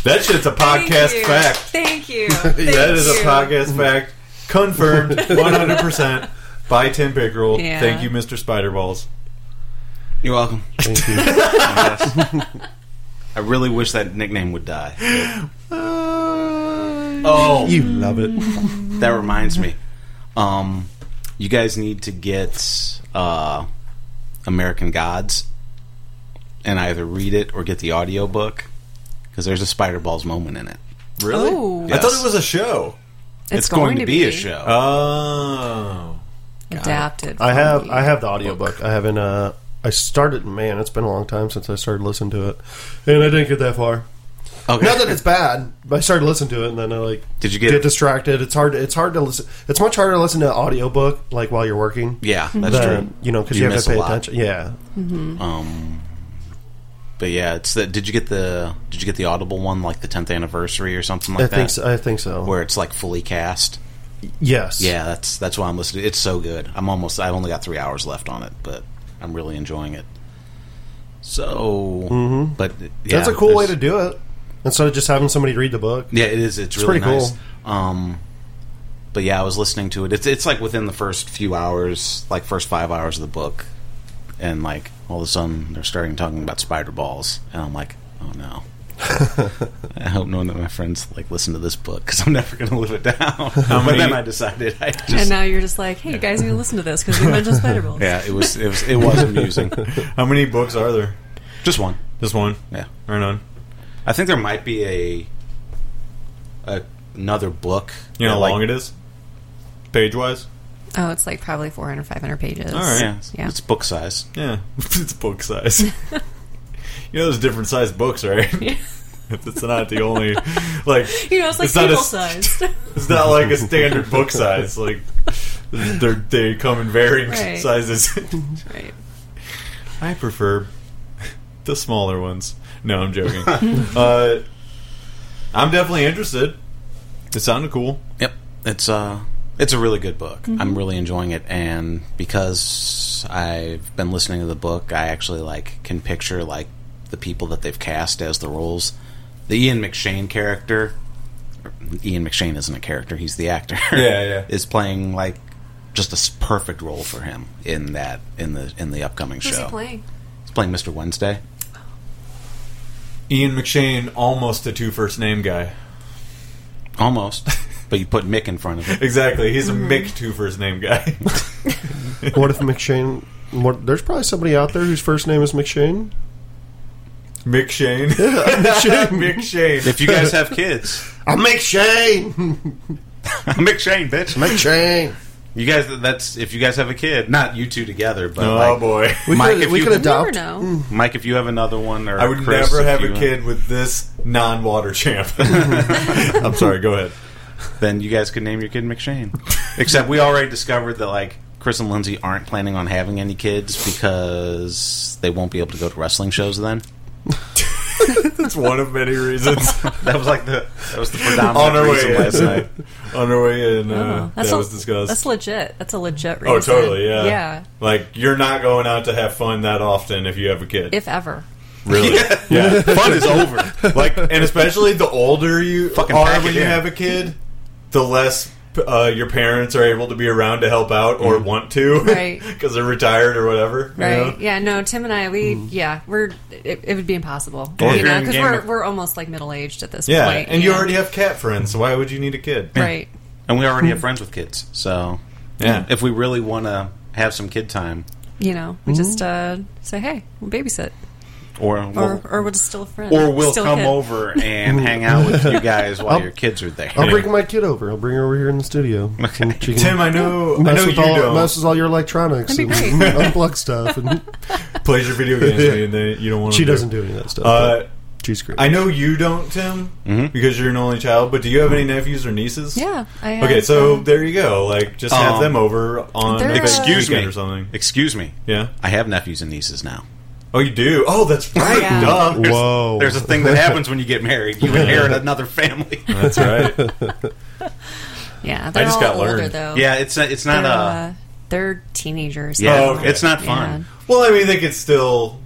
S2: that shit's a
S1: Thank
S2: podcast
S1: you.
S2: fact.
S1: Thank you. Thank
S2: that is
S1: you.
S2: a podcast fact confirmed
S1: <laughs>
S2: one hundred percent by Tim Pickerel.
S1: Yeah.
S2: Thank you, Mister Spiderballs.
S3: You're welcome.
S4: Thank you.
S3: <laughs> I really wish that nickname would die.
S2: Uh,
S3: Oh,
S4: you love it.
S3: that reminds me. Um, you guys need to get uh, American Gods and either read it or get the audiobook because there's a Spider Balls moment in it.
S2: really?
S1: Oh.
S2: I thought it was a show.
S1: It's, going, to be,
S3: a show.
S2: Oh.
S1: adapted.
S4: I
S1: from
S4: have
S1: the-
S4: I have the audiobook. I haven't uh I started man, it's been a long time since I started listening to it. And I didn't get that far.
S3: Uh, okay.
S4: Not that it's bad, but I started listening to it and then I like
S3: Did you get-
S4: get distracted. It's hard it's hard to listen it's much harder to listen to an audiobook like while you're working.
S3: yeah, that's
S4: than,
S3: true.
S4: You know, because
S3: You
S4: you, have
S3: miss
S4: to
S3: a
S4: pay
S3: lot.
S4: attention. Yeah.
S3: Um, but yeah, it's that. Did you get the Did you get the Audible one, like the 10th anniversary or something like
S4: I
S3: that?
S4: think so, I think so.
S3: Where it's like fully cast.
S4: Yes.
S3: Yeah, that's that's why I'm listening. It's so good. I'm almost. I've only got three hours left on it, but I'm really enjoying it. So, but yeah,
S4: Mm-hmm. That's a cool way
S3: there's-
S4: to do it. Instead of just having somebody read the
S3: <laughs>
S4: book.
S3: Yeah, it is. It's, really
S4: pretty
S3: nice. Um, but yeah, I was listening to it. It's it's like within the first few hours, like first five hours of the book, and like all of a sudden they're starting talking about spider balls, and I'm like, oh
S2: <laughs>
S3: no. I hope none of my friends like listen to this book because I'm never going to live it
S2: <laughs>
S3: down. <laughs> but
S2: many-
S3: then I decided I just
S1: and now you're just like, hey, you guys need to listen to this because we mentioned Spider Balls.
S3: <laughs> yeah, it was it was it
S2: <laughs>
S3: was amusing.
S2: How many books are there?
S3: Just one.
S2: Just one.
S3: Yeah.
S2: Or none?
S3: I think there might be a, a another book.
S2: You know
S3: that,
S2: how
S3: like-
S2: long it is? Page wise?
S1: Oh, it's like probably 400, 500 pages.
S2: All right.
S3: Yeah, it's-
S1: Yeah.
S3: it's book size.
S2: Yeah. <laughs> it's book size. you know there's different sized books, right? <laughs> it's not the only like
S1: You know, it's like
S2: It's not a
S1: people
S2: s-
S1: sized.
S2: it's not like a standard book size. Like they're, they come in varying
S1: Right.
S2: sizes.
S1: right.
S2: I prefer the smaller ones. No, I'm joking. uh, I'm definitely interested. It sounded cool.
S3: Yep. It's uh it's a really good book. I'm really enjoying it and because I've been listening to the book, I actually like can picture like the people that they've cast as the roles. The Ian McShane character Ian McShane isn't a character, he's the <laughs> actor.
S2: Yeah, yeah.
S3: is playing like just a s- perfect role for him in that in the in the upcoming
S1: Who's
S3: show.
S1: he playing?
S3: He's playing Mr. Wednesday.
S2: Ian McShane, almost a two first name guy.
S3: Almost. <laughs> but you put Mick in front of it.
S2: Exactly. He's a Mick two first name guy. <laughs>
S4: What if McShane. What, there's probably somebody out there whose first name is
S3: <laughs>
S4: McShane.
S2: Mick Shane. <laughs> Mick Shane.
S3: If you guys have <laughs> kids,
S4: I'm McShane!
S3: Mick Shane, bitch.
S4: McShane!
S3: You guys, that's if you guys have a kid, not you two together, but
S2: Oh
S3: like,
S2: boy.
S4: We
S3: Mike,
S4: could,
S3: if
S4: we
S3: you-
S4: could
S3: You
S1: Never
S4: adopt.
S1: know.
S3: Mike, if you have another one, or
S2: I would
S3: Chris,
S2: never
S3: if
S2: have
S3: you-
S2: a kid with this non water champ. <laughs> I'm sorry, go ahead.
S3: Then you guys could name your kid McShane. Except we already discovered that like Chris and Lindsay aren't planning on having any kids because they won't be able to go to wrestling shows. Then
S2: That's one of many reasons. <laughs>
S3: that was like the that was the predominant
S2: on our
S3: reason
S2: way in.
S3: last night.
S2: <laughs> On our way in,
S1: Oh,
S2: uh, that
S1: a-
S2: was discussed.
S1: That's legit. That's a legit reason.
S2: Oh, totally, yeah.
S1: Yeah.
S2: Like, you're not going out to have fun that often if you have a kid.
S1: If ever.
S2: really? Yeah.
S3: <laughs> Fun is over.
S2: <laughs> like, and especially the older you
S3: Fucking
S2: are
S3: pack
S2: when
S3: it
S2: you
S3: in.
S2: have a kid, the less uh, your parents are able to be around to help out or
S3: Mm-hmm.
S2: want to. <laughs>
S1: Right.
S2: Because they're retired or whatever. you know?
S1: Right. Yeah. No, Tim and I, we, yeah, we're, it, it would be impossible.
S2: Or
S1: you
S2: if Hmm.
S1: know,
S2: you're in
S1: because
S2: game
S1: we're,
S2: of-
S1: we're almost like middle aged at this
S2: Yeah,
S1: point.
S2: and you already have cat friends, so why would you need a kid?
S1: Right.
S3: And we already have friends with kids, so
S2: Yeah.
S3: if we really want to have some kid time,
S1: You know,
S2: Hmm.
S1: we just uh, say, hey, we'll babysit.
S3: or
S1: Or,
S3: we'll,
S1: or we'll just still a friend.
S3: or we'll
S1: Still a
S3: come
S1: kid.
S3: over and hang out with you guys while
S4: I'll-
S3: your kids are there.
S4: I'll bring my kid over. I'll bring her over here in the studio.
S3: Okay.
S4: And she can
S2: Tim, I know, I
S4: mess
S2: know you
S4: with all,
S2: don't.
S4: mess with all your electronics
S1: That'd
S4: and
S1: be great.
S4: <laughs> unplug stuff. And
S3: <laughs>
S2: plays your video games and then you don't want.
S4: she doesn't do any of that stuff.
S2: Uh,
S4: but she's great.
S2: I know you don't, Tim,
S3: Mm-hmm.
S2: because you're an only child. But do you have any nephews or nieces?
S1: Yeah. I have,
S2: Okay, so
S1: um,
S2: there you go. Like, just have
S3: Um,
S2: them over on
S1: they're,
S2: a
S3: Excuse
S2: weekend
S3: me.
S2: or something.
S3: Excuse me.
S2: Yeah.
S3: I have nephews and nieces now.
S2: Oh, you do. Oh, that's right.
S1: Yeah.
S2: Duh.
S3: Oh, There's-
S4: Whoa.
S3: There's a thing that happens when you get married. You inherit another family.
S2: That's right.
S1: Yeah. They're
S2: just
S1: all
S2: got
S1: older,
S2: learned.
S1: though.
S3: Yeah, it's it's
S1: They're,
S3: not a
S1: uh, they're teenagers.
S3: yeah.
S1: now.
S2: Oh, okay.
S3: It's not
S1: Yeah.
S3: fun.
S2: well, I mean, they could still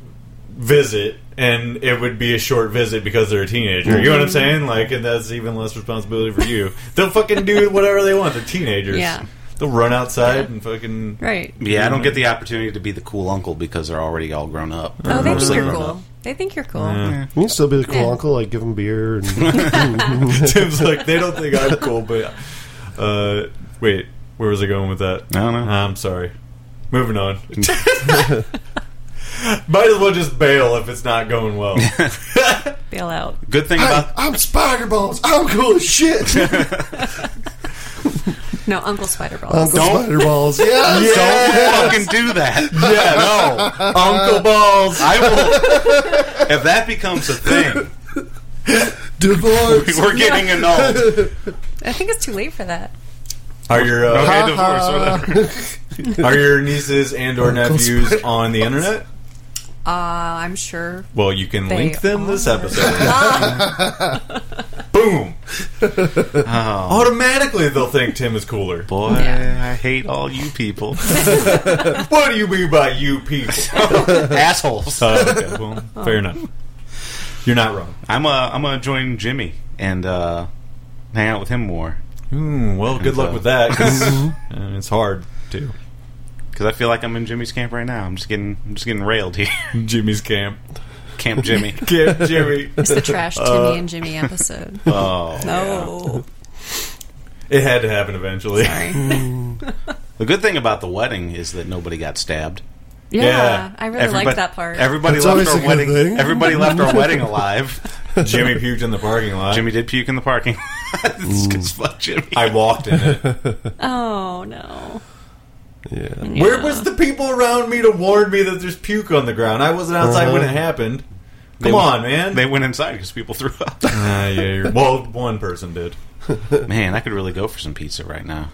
S2: visit, and it would be a short visit because they're a teenager. You know what I'm saying? Like, and that's even less responsibility for you. They'll fucking do whatever they want. They're teenagers.
S1: Yeah.
S2: They'll run outside and fucking.
S1: Right.
S3: Yeah, I don't get the opportunity to be the cool uncle because they're already all grown up.
S1: Oh, they think
S3: Mostly
S1: you're
S3: grown
S1: cool.
S3: up.
S1: They think you're cool.
S4: you can still be the cool
S1: Yeah.
S4: uncle, like give him beer. And, <laughs>
S2: <laughs> Tim's like, they don't think I'm cool, but uh, wait, where was I going with that?
S3: I don't know.
S2: I'm sorry. Moving on. <laughs> Might as well just bail if it's not going
S3: <laughs>
S2: well.
S1: Bail out.
S3: Good thing
S4: hey,
S3: about
S4: I'm Spider Balls. I'm cool as <laughs> shit.
S1: No, Uncle Spider
S4: <laughs>
S1: Balls.
S4: Uncle
S3: Don't-
S4: Spider Balls. Yeah.
S3: don't fucking do that. <laughs> Yeah, no,
S2: Uncle Balls!
S3: I will. If that becomes a thing,
S4: <laughs> Divorce.
S3: we're getting annulled.
S1: I think it's too late for that.
S2: Are your
S3: Okay,
S2: uh,
S3: divorce, whatever.
S2: <laughs> are your nieces and or
S4: Uncle
S2: nephews
S4: Spider
S2: on the internet?
S1: Uh, I'm sure.
S2: <laughs> Well, you can
S1: They
S2: link them this
S1: are.
S2: episode. Boom! Oh, Automatically, they'll think Tim is cooler.
S3: Boy,
S1: Yeah.
S3: I hate all you people.
S2: What do you mean by you people?
S3: <laughs> Assholes.
S2: Uh, okay, well, fair enough. You're not wrong.
S3: I'm uh, I'm gonna join Jimmy and uh, hang out with him more
S2: Hmm, well, good luck
S3: so-
S2: with that. 'cause, <laughs> uh, it's hard too.
S3: because I feel like I'm in Jimmy's camp right now. I'm just getting I'm just getting railed here. <laughs>
S2: Jimmy's camp.
S4: <laughs>
S3: camp Jimmy.
S2: Camp Jimmy.
S1: It's the trash Timmy and Jimmy
S2: Uh, <laughs>
S1: episode.
S3: Oh,
S1: No,
S2: It had to happen eventually.
S1: sorry.
S3: <laughs> the good thing about the wedding is that nobody got stabbed.
S1: <laughs> Yeah,
S2: Yeah.
S1: I really like that part.
S3: Everybody
S4: That's always
S3: left
S4: a
S3: our
S4: good
S3: wedding.
S4: thing.
S3: Everybody left our
S4: <laughs>
S3: wedding alive.
S2: Jimmy puked in the parking lot.
S3: Jimmy did puke in the parking. lot. <laughs> It's 'cause fuck Jimmy.
S2: I walked in it.
S1: oh no.
S4: Yeah.
S2: Where was the people around me to warn me that there's puke on the ground? I wasn't outside when it
S4: Uh-huh.
S2: happened.
S3: They
S2: Come
S3: went-
S2: on, man.
S3: They went inside because people threw
S4: <laughs>
S3: up.
S2: Ah, yeah, you're- well, one person did.
S3: Man, I could really go for some pizza right now.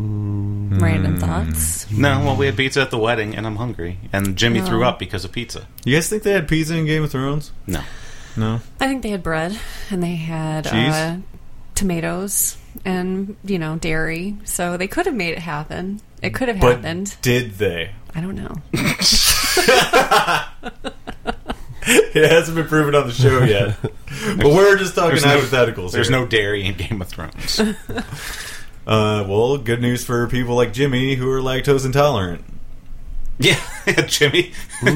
S1: Random
S2: Hmm.
S1: thoughts.
S3: No, well, we had pizza at the wedding, and I'm hungry. And Jimmy threw up because of pizza.
S2: You guys think they had pizza in Game of Thrones?
S3: No,
S2: No.
S1: I think they had bread and they had
S2: Cheese?
S1: uh, tomatoes and you know dairy, so they could have made it happen. It could have
S2: But
S1: happened.
S2: did they?
S1: I don't <laughs> know.
S2: It hasn't been proven on the show <laughs> yet. but we're just talking
S3: There's no-
S2: hypotheticals.
S3: there's
S2: here.
S3: no dairy in Game of Thrones.
S2: Uh, well, good news for people like Jimmy who are lactose intolerant.
S3: yeah, <laughs> Jimmy, why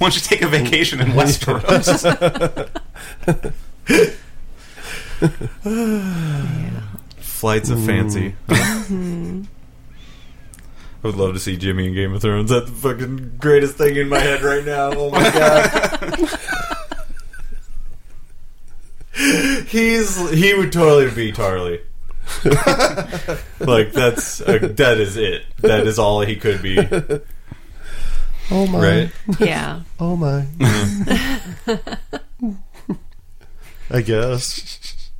S3: don't you take a vacation in Westeros?
S2: Flights of fancy. <laughs> I would love to see Jimmy in Game of Thrones. That's the fucking greatest thing in my head right now. Oh my god. He's he would totally be Tarly. like that's uh, that is it. That is all he could be,
S4: Oh my.
S2: right?
S1: Yeah,
S4: Oh <laughs> my. I guess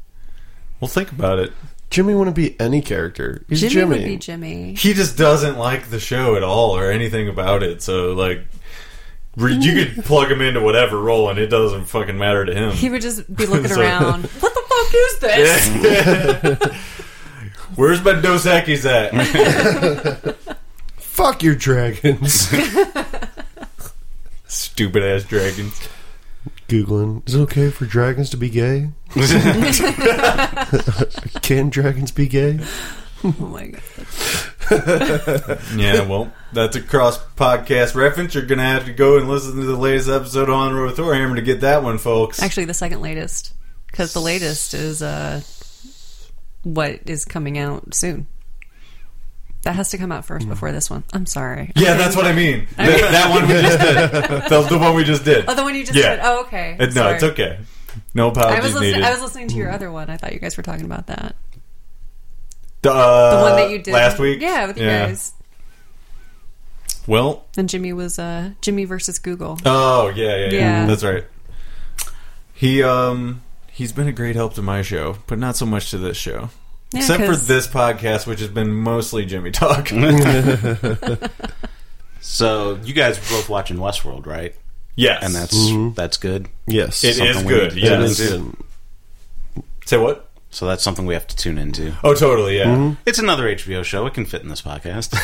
S2: Well, think about it.
S4: Jimmy wouldn't be any character. He's
S1: Jimmy,
S4: Jimmy.
S1: would be Jimmy.
S2: he just doesn't like the show at all or anything about it. So like, re- you could plug him into whatever role, and it doesn't fucking matter to
S1: He
S2: him.
S1: would just
S2: <laughs>
S1: be looking
S2: So-
S1: around. What the fuck is this?
S2: Where's my Dos Equis at? <laughs>
S4: Fuck your dragons. <laughs>
S2: Stupid ass dragons.
S4: Googling. Is it okay for dragons to be gay? Can dragons be gay?
S1: <laughs> Oh my god.
S2: <laughs> Yeah, well, that's a cross podcast reference. You're gonna have to go and listen to the latest episode of On the Road with Thorhammer to get that one, folks.
S1: Actually, the second latest, because the latest is uh, what is coming out soon. That has to come out first before this one. I'm sorry.
S2: Hmm. yeah, that's what I mean. Th- that one we just
S1: <laughs>
S2: did. The, the one we just did.
S1: Oh, the one you just
S2: Yeah.
S1: said. Oh, okay.
S2: Uh, no,
S1: Sorry.
S2: it's okay. No
S1: I
S2: apologies
S1: was listening.
S2: needed.
S1: I was listening to your
S2: Hmm.
S1: other one. I thought you guys were talking about that.
S2: the, uh,
S1: The one that you did
S2: last week.
S1: Yeah, with you guys.
S2: Well,
S1: And Jimmy was uh, Jimmy versus Google.
S2: Oh yeah, yeah, yeah.
S1: Yeah.
S2: That's right. He um he's been a great help to my show, but not so much to this show.
S1: Yeah,
S2: Except for
S1: 'cause-
S2: this podcast, which has been mostly Jimmy talk.
S3: <laughs> so you guys were both watching Westworld, right?
S2: yes,
S3: And that's that's good.
S4: Yes.
S2: It is
S3: something we
S2: good.
S3: need to
S4: It
S2: Yes.
S4: is good.
S2: Say what?
S3: So that's something we have to tune into.
S2: Oh, totally. Yeah,
S3: It's another HBO show. It can fit in this podcast.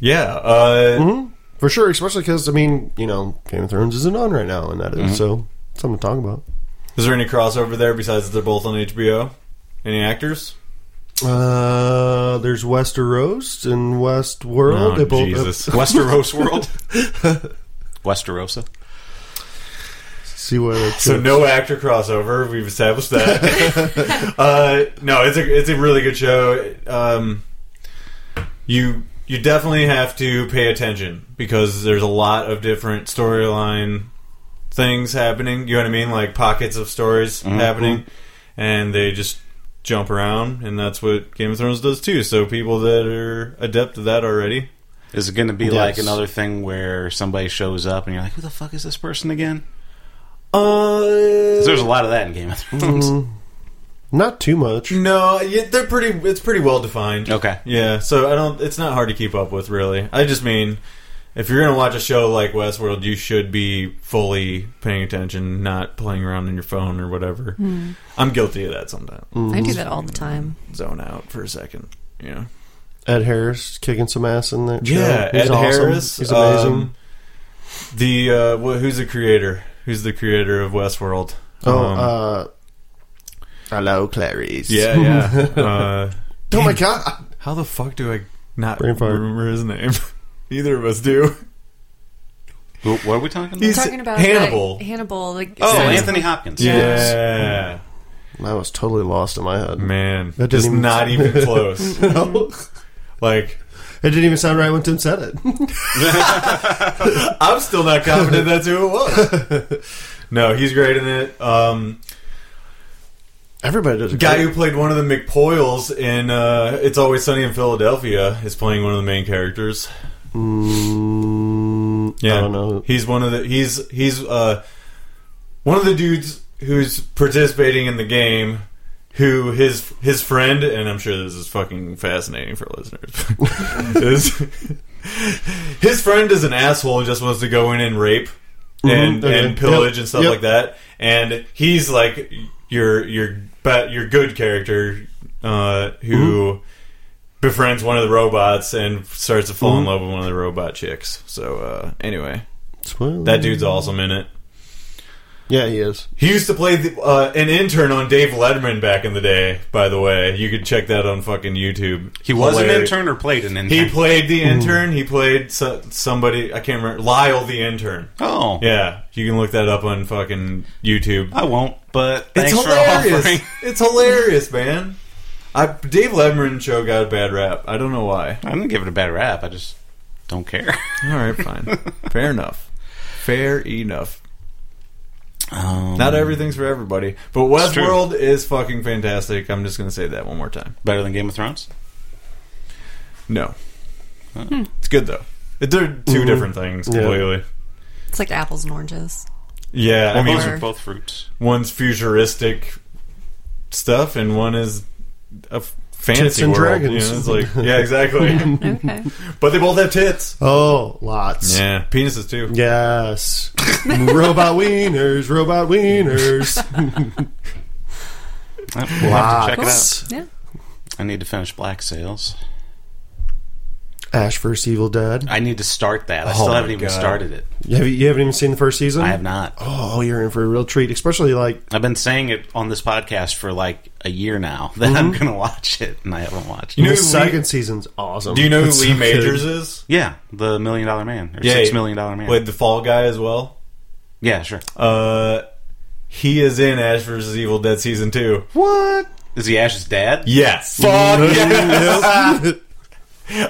S2: yeah. Uh,
S4: For sure, especially because, I mean, you know, Game of Thrones isn't on right now, and that is,
S2: Mm-hmm.
S4: so something to talk about.
S2: Is there any crossover there besides they're both on HBO? Any actors?
S4: Uh, there's Westeros and Westworld. They both-
S2: Oh,
S4: uh,
S2: <laughs> Jesus.
S3: Westeros World. Westerosa.
S4: see what it
S2: So no actor crossover. We've established that. <laughs> uh, no, it's a it's a really good show. Um, you you definitely have to pay attention because there's a lot of different storyline things happening. You know what I mean? Like pockets of stories happening, and they just jump around, and that's what Game of Thrones does too. So people that are adept to that already.
S3: Is it going to be like
S4: Yes.
S3: another thing where somebody shows up and you're like, "Who the fuck is this person again?"
S2: Uh,
S3: 'Cause There's a lot of that in Game of Thrones.
S4: Mm-hmm. Mm, Not too much.
S2: No, yeah, they're pretty. It's pretty well defined.
S3: Okay.
S2: Yeah. So I don't. It's not hard to keep up with, really. I just mean if you're gonna watch a show like Westworld, you should be fully paying attention, not playing around on your phone or whatever.
S1: Hmm.
S2: I'm guilty of that sometimes.
S1: I
S4: Mm,
S1: do that all the time.
S2: Zone out for a second. You know.
S4: Ed Harris kicking some ass in that.
S2: Yeah,
S4: show. He's
S2: Ed
S4: awesome.
S2: Harris.
S4: He's amazing.
S2: um, the uh, wh- who's the creator? Who's the creator of Westworld?
S4: oh,
S2: Um,
S4: uh, hello, Clarice.
S2: <laughs> yeah, yeah.
S4: <laughs>
S2: uh,
S4: Oh my god.
S2: how the fuck do I not
S4: Brain fart.
S2: remember his name? <laughs> Neither of us do.
S3: Who, what are we talking about?
S2: He's-
S1: Talking about
S2: Hannibal.
S1: Like, Hannibal. Like,
S3: oh,
S1: so-
S3: Anthony Hopkins.
S2: Yeah,
S4: I was totally lost in my head. <laughs>
S2: man,
S4: That didn't
S2: just
S4: even- <laughs>
S2: not even close. Like,
S4: It didn't even sound right when Tim said it. <laughs>
S2: I'm still not confident that's who it was.
S4: <laughs>
S2: No, he's great in it. Um,
S4: Everybody does. a
S2: guy
S4: great-
S2: who played one of the McPoyles in uh, "It's Always Sunny in Philadelphia" is playing one of the main characters.
S4: Mm,
S2: Yeah,
S4: I don't know.
S2: He's one of the he's he's uh one of the dudes who's participating in the game. Who his his friend and I'm sure this is fucking fascinating for listeners. <laughs> is, his friend is an asshole and just wants to go in and rape and
S4: Mhm, okay.
S2: and pillage
S4: Yep,
S2: and stuff
S4: yep.
S2: like that. And he's like your your but your good character uh,
S4: Mm-hmm.
S2: who befriends one of the robots and starts to fall in
S4: Mhm.
S2: love with one of the robot chicks. So uh, anyway,
S4: Spoiler.
S2: that dude's awesome in it.
S4: Yeah, he is.
S2: He used to play the, uh, an intern on Dave Letterman back in the day. By the way, you could check that on fucking YouTube.
S3: He was an
S2: Hilarious.
S3: intern or played an intern?
S2: He played the intern. He played so, somebody I can't remember. Lyle the intern.
S3: oh,
S2: Yeah, you can look that up on fucking YouTube.
S3: I won't. But thanks
S2: it's
S3: for offering. <laughs>
S2: hilarious. <laughs> It's hilarious, man. I, Dave Letterman show got a bad rap. I don't know why.
S3: I didn't give it a bad rap. I just don't care.
S2: All right, fine. Fair enough. Fair enough.
S3: Um,
S2: Not everything's for everybody, but
S3: It's true.
S2: Westworld is fucking fantastic. I'm just gonna say that one more time.
S3: better than Game of Thrones.
S2: No,
S3: Hmm.
S2: it's good though. It- They're 2 different things
S4: Yeah.
S2: completely.
S1: It's like apples
S2: <laughs>
S1: and oranges.
S2: Yeah, I
S3: Well,
S2: mean,
S3: those are
S1: Or-
S3: both fruits.
S2: one's futuristic stuff, and one is a f- fantasy
S4: Tits and
S2: world,
S4: dragons.
S2: you know, it's
S4: <laughs>
S2: like, yeah, exactly.
S1: Okay.
S2: but they both have tits.
S4: Oh, lots.
S2: Yeah, penises too.
S4: Yes. <laughs> robot wieners, robot
S2: <laughs>
S4: wieners.
S3: Yep, We'll
S4: Ah.
S3: have to check it out.
S4: Lots.
S1: yeah.
S3: I need to finish Black Sails.
S4: Ash vs. Evil Dead.
S3: I need to start that. I still
S2: my
S3: haven't even
S2: God.
S3: started it.
S4: Have you, you haven't even seen the first season?
S3: I have not.
S4: Oh, you're in for a real treat, especially like
S3: I've been saying it on this podcast for like a year now <laughs> that I'm going to watch it, and I haven't watched
S2: You
S3: it.
S2: know
S4: the
S2: who Lee-
S4: second season's awesome.
S2: Do you know who
S4: It's
S2: Lee
S4: so
S2: Majors
S4: good.
S2: is?
S3: Yeah, the Million Dollar Man or
S2: Yeah,
S3: Six
S2: he
S3: Million Dollar Man.
S2: Played the Fall Guy as well.
S3: yeah, sure.
S2: Uh, he is in Ash vs. Evil Dead season two.
S3: What is he? Ash's dad?
S4: <laughs>
S2: Yes. <laughs> Fuck <laughs>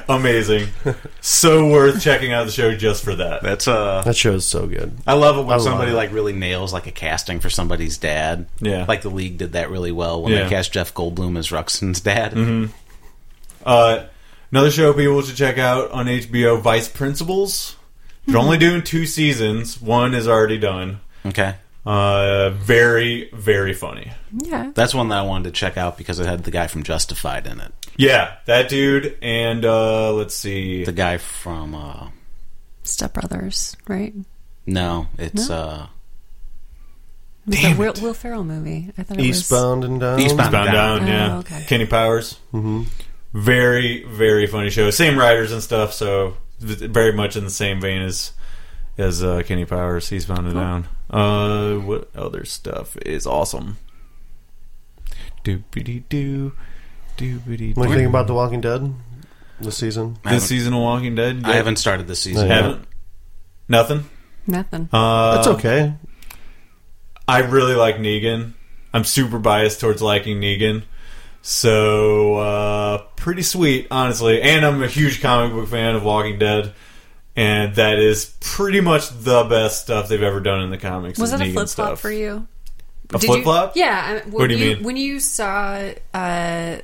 S2: Amazing. So worth checking out the show just for that.
S3: That's uh.
S4: That show's so good.
S3: I love it when
S4: love
S3: somebody
S4: it.
S3: like really nails like a casting for somebody's dad.
S2: Yeah.
S3: like the league did that really well when
S2: Yeah.
S3: they cast Jeff Goldblum as Ruxin's dad.
S2: Uh, another show people should check out on HBO, Vice Principals. They're only doing two seasons. One is already done.
S3: Okay,
S2: Uh, very, very funny.
S1: Yeah.
S3: that's one that I wanted to check out because it had the guy from Justified in it.
S2: Yeah, that dude. And uh, let's see.
S3: The guy from uh
S1: Step Brothers, right?
S3: no, it's uh
S1: It was
S2: Damn
S1: a Will,
S2: it.
S1: Will Ferrell movie. I thought it was.
S4: Eastbound and Down.
S3: Eastbound.
S2: Bound
S3: Down.
S2: Down, yeah.
S1: Oh, okay.
S2: Kenny Powers. Mm-hmm. Very, very funny show. Same writers and stuff, so v- very much in the same vein as as uh, Kenny Powers. He's Bound and Down. Uh, what other stuff is awesome? Doopity doo, doopity
S4: What do you
S2: doo.
S4: think about The Walking Dead? This season?
S3: I haven't-
S2: This season of Walking Dead.
S3: I haven't started this season.
S4: Yeah.
S2: Haven't. Nothing.
S1: Nothing.
S2: Uh,
S4: That's okay. <laughs>
S2: I really like Negan. I'm super biased towards liking Negan. So uh, pretty sweet, honestly. And I'm a huge comic book fan of Walking Dead, and that is pretty much the best stuff they've ever done in the comics.
S1: was
S2: is
S1: it a
S2: Negan
S1: flip flop
S2: stuff.
S1: for you?
S2: A
S1: Did you-
S2: flip flop?
S1: Yeah. I, when
S2: What do you mean?
S1: When you saw uh,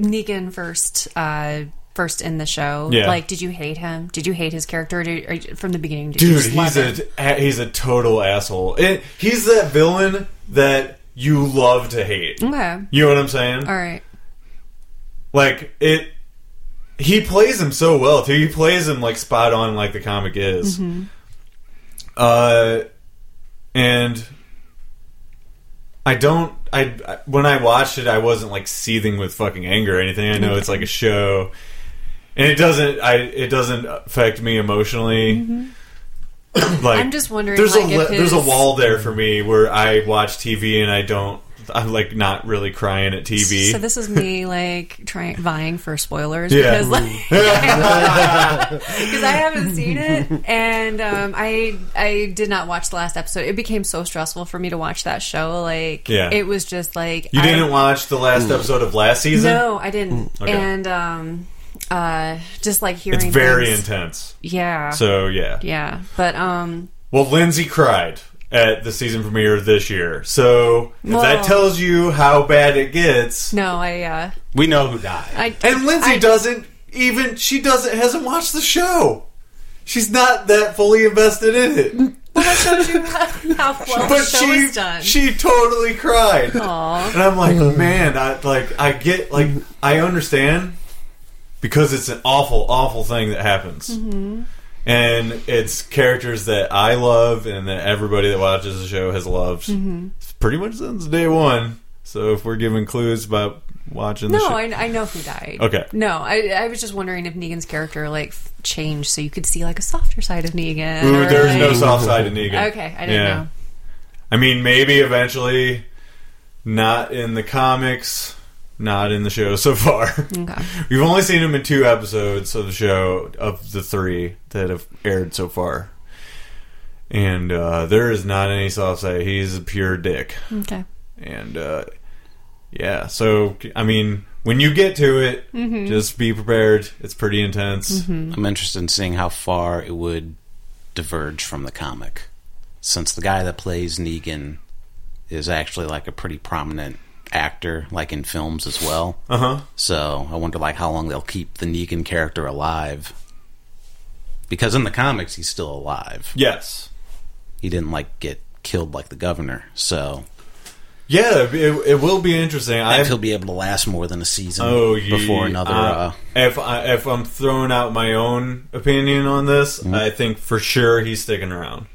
S1: Negan first, uh, first in the show,
S2: Yeah.
S1: like, did you hate him? Did you hate his character or did, or you- from the beginning? Did you
S2: Dude,
S1: just love
S2: he's
S1: him?
S2: a a- he's a total asshole. It, he's that villain that you love
S1: Mm.
S2: to hate.
S1: Okay.
S2: You know what I'm saying?
S1: All right.
S2: Like it. he plays him so well too. He plays him like spot on, like the comic is.
S1: Mm-hmm.
S2: Uh, and I don't. I I- when I watched it, I wasn't like seething with fucking anger or anything. I know it's
S1: Mm-hmm.
S2: like a show, and it doesn't. I it doesn't affect me emotionally. like
S1: Mm-hmm. I'm just wondering,
S2: There's
S1: like,
S2: a
S1: if
S2: le- there's a
S1: his-
S2: wall there for me where I watch TV and I don't. I'm like not really crying at TV.
S1: So this is me like trying vying for spoilers
S2: Yeah.
S1: because like
S2: <laughs>
S1: <laughs> because I haven't seen it and um, I I did not watch the last episode. It became so stressful for me to watch that show. Like
S2: Yeah.
S1: it was just like
S2: you
S1: I-
S2: didn't watch the last episode of last season.
S1: No, I didn't.
S2: okay.
S1: And um, uh, just like hearing
S2: it's very
S1: things-
S2: intense.
S1: Yeah.
S2: So yeah.
S1: Ah. yeah, but um,
S2: Well, Lindsay cried at the season premiere this year. So if that
S1: Whoa.
S2: tells you how bad it gets,
S1: no, I uh,
S3: We know who died.
S1: I <laughs>
S2: and Lindsay
S1: I-
S2: doesn't even she doesn't hasn't watched the show. She's not that fully invested in it,
S1: how well the
S2: but
S1: show
S2: she
S1: is done.
S2: she totally cried.
S1: Aw.
S2: And I'm like, man, I like I get like I understand because it's an awful, awful thing that happens.
S1: Mm-hmm.
S2: And it's characters that I love and that everybody that watches the show has loved
S1: Mm-hmm.
S2: pretty much since day one. So if we're giving clues about watching the
S1: No,
S2: show,
S1: I, I know who died.
S2: Okay.
S1: No, I, I was just wondering if Negan's character like f- changed so you could see like a softer side of Negan.
S2: Ooh,
S1: or,
S2: there's no
S1: like-
S2: soft side in Negan.
S1: Okay, I didn't know.
S2: I mean, maybe eventually, not in the comics, not in the show so far.
S1: Okay.
S2: We've only seen him in two episodes of the show of the three that have aired so far. And uh, there is not any soft side. He's a pure dick.
S1: Okay.
S2: And uh, yeah, so I mean, when you get to it, just be prepared. It's pretty intense.
S3: I'm interested in seeing how far it would diverge from the comic, since the guy that plays Negan is actually like a pretty prominent actor, like in films as well.
S2: Uh huh.
S3: So I wonder like how long they'll keep the Negan character alive, because in the comics he's still alive.
S2: Yes.
S3: He didn't like get killed like the governor, so
S2: Yeah, it, it will be interesting.
S3: I
S2: I
S3: he'll be able to last more than a season
S2: oh, ye-
S3: before another.
S2: uh,
S3: Uh,
S2: if I if I'm throwing out my own opinion on this,
S3: Mm-hmm.
S2: I think for sure he's sticking around.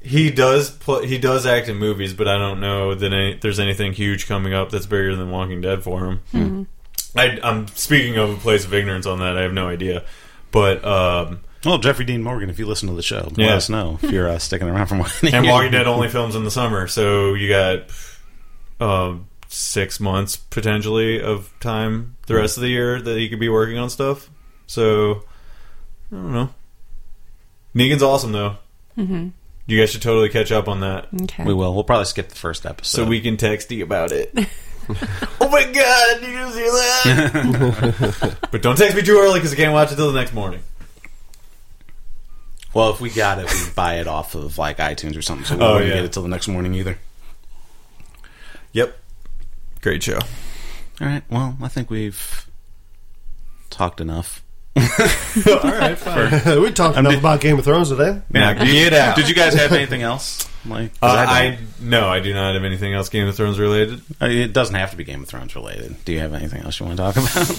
S2: He does pl- he does act in movies, but I don't know that any, there's anything huge coming up that's bigger than Walking Dead for him.
S3: Hmm.
S2: I, I'm speaking of a place of ignorance on that. I have no idea, but um,
S3: well, Jeffrey Dean Morgan, if you listen to the show,
S2: Yeah.
S3: let us know if you're uh, sticking around for more.
S2: and Walking Dead only films in the summer, so you got um, six months potentially of time the rest of the year that he could be working on stuff. So I don't know. Negan's awesome though. Mm-hmm. You guys should totally catch up on that,
S1: Okay.
S3: We will. We'll probably skip the first episode.
S2: so we can text you about it. oh my god, did you see that? <laughs> but don't text me too early because I can't watch it till the next morning.
S3: well, if we got it, we buy it off of like iTunes or something. So we
S2: Oh,
S3: wouldn't
S2: yeah.
S3: get it till the next morning either.
S2: Yep, great show.
S3: All right. Well, I think we've talked enough.
S2: All right, fine.
S4: we talked enough about Game of Thrones today.
S2: Now get out.
S3: Did you guys have anything else? Like,
S2: Uh,
S3: 'cause I
S2: I no, I do not have anything else Game of Thrones related.
S3: don't- I mean, it doesn't have to be Game of Thrones related. Do you have anything else you want to talk about?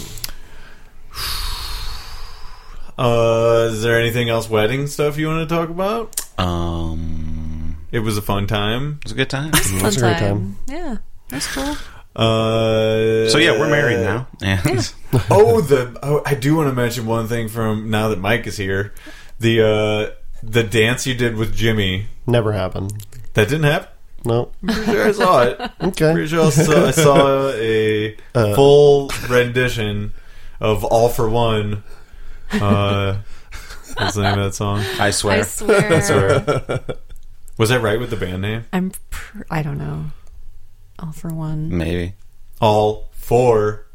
S2: Uh, is there anything else wedding stuff you want to talk about?
S3: um,
S2: It was a fun time.
S3: it was a good time.
S1: Fun
S4: a great
S1: Yeah. That's cool.
S2: Uh,
S3: So yeah, we're married now, and
S2: <laughs> oh, the oh, I do want to mention one thing from now that Mike is here. The uh, the dance you did with Jimmy
S4: Never happened.
S2: that didn't
S3: <laughs>
S2: happen.
S4: No.
S2: Pretty sure I saw it. Pretty
S4: Okay.
S2: sure I saw, I saw a
S4: Uh.
S2: full rendition of "All for One."
S3: <laughs>
S2: Uh, what's the name of that song?
S3: I swear.
S1: I swear.
S2: Was that right with the band name?
S1: I'm. Pr- I don't know. All for one.
S3: <laughs> Maybe.
S2: all four,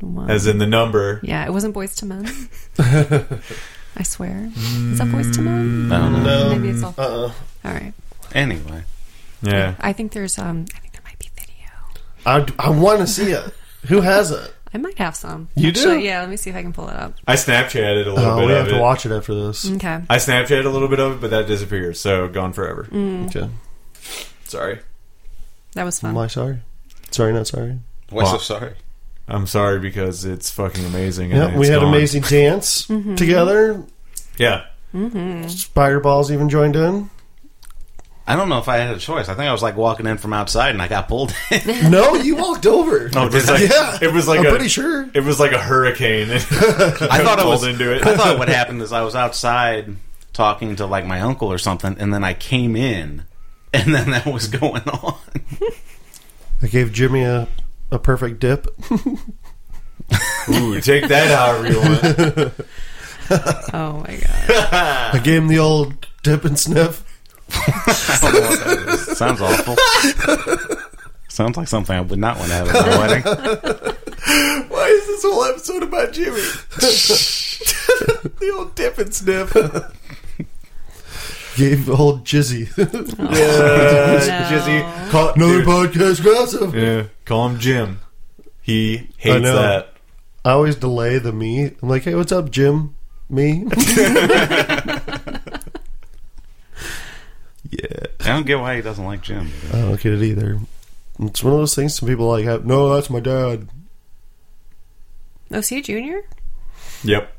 S1: one.
S2: as in the number.
S1: yeah, it wasn't boys
S2: <laughs>
S1: to men. I swear. Is that boys to men?
S3: I don't know.
S2: Mm.
S1: Maybe it's all.
S4: Uh-uh.
S1: All right.
S3: Anyway,
S2: Yeah.
S1: I think there's. Um. I think there might be video.
S4: I, I want to see it. Who has it?
S1: I might have some.
S4: You
S1: Actually,
S4: do?
S1: Yeah. Let me see if I can pull it up.
S2: I Snapchatted a little
S4: Oh,
S2: bit
S4: we
S2: of
S4: have
S2: it.
S4: to watch it after this.
S1: Okay.
S2: I Snapchatted a little bit of it, but that disappears, so gone forever.
S4: Okay.
S2: Sorry.
S1: That was fun.
S4: Am I sorry? Sorry, not sorry.
S3: why
S2: Wow.
S3: sorry?
S2: I'm sorry because it's fucking amazing. and
S4: Yep, we
S2: it's
S4: had
S2: gone.
S4: amazing dance together.
S2: Yeah,
S4: Spider Balls even joined in.
S3: I don't know if I had a choice. I think I was like walking in from outside and I got pulled
S4: <laughs>
S3: in. <laughs>
S4: No, you walked
S2: <laughs>
S4: over.
S3: Oh,
S2: it was like
S4: Yeah.
S2: it was like
S4: I'm
S2: a
S4: pretty sure.
S2: it was like a hurricane. <laughs>
S3: I thought I was
S2: Pulled into it.
S3: I thought what happened is I was outside talking to like my uncle or something, and then I came in, and then that was <laughs> going on.
S4: I gave Jimmy a, a perfect dip.
S2: Ooh, take that however you
S4: <laughs>
S2: want.
S1: Oh my god.
S4: I gave him the old dip and sniff.
S3: I don't know what that is. Sounds awful. Sounds like something I would not want to have at my wedding.
S2: Why is this whole episode about Jimmy? the old dip
S4: <laughs>
S2: and sniff. Yeah,
S4: <laughs> Gave old Jizzy.
S2: Jizzy. Call,
S4: Another
S2: dude,
S4: podcast gossip.
S2: yeah, call him Jim. He
S4: I
S2: hates
S4: know.
S2: that.
S4: I always delay the me. I'm like, hey, what's up, Jim? <laughs> Me? yeah.
S3: I don't get why he doesn't like Jim.
S4: I don't get it either. It's one of those things some people like, have, no, that's my dad.
S1: OC Junior? <laughs>
S2: Yep.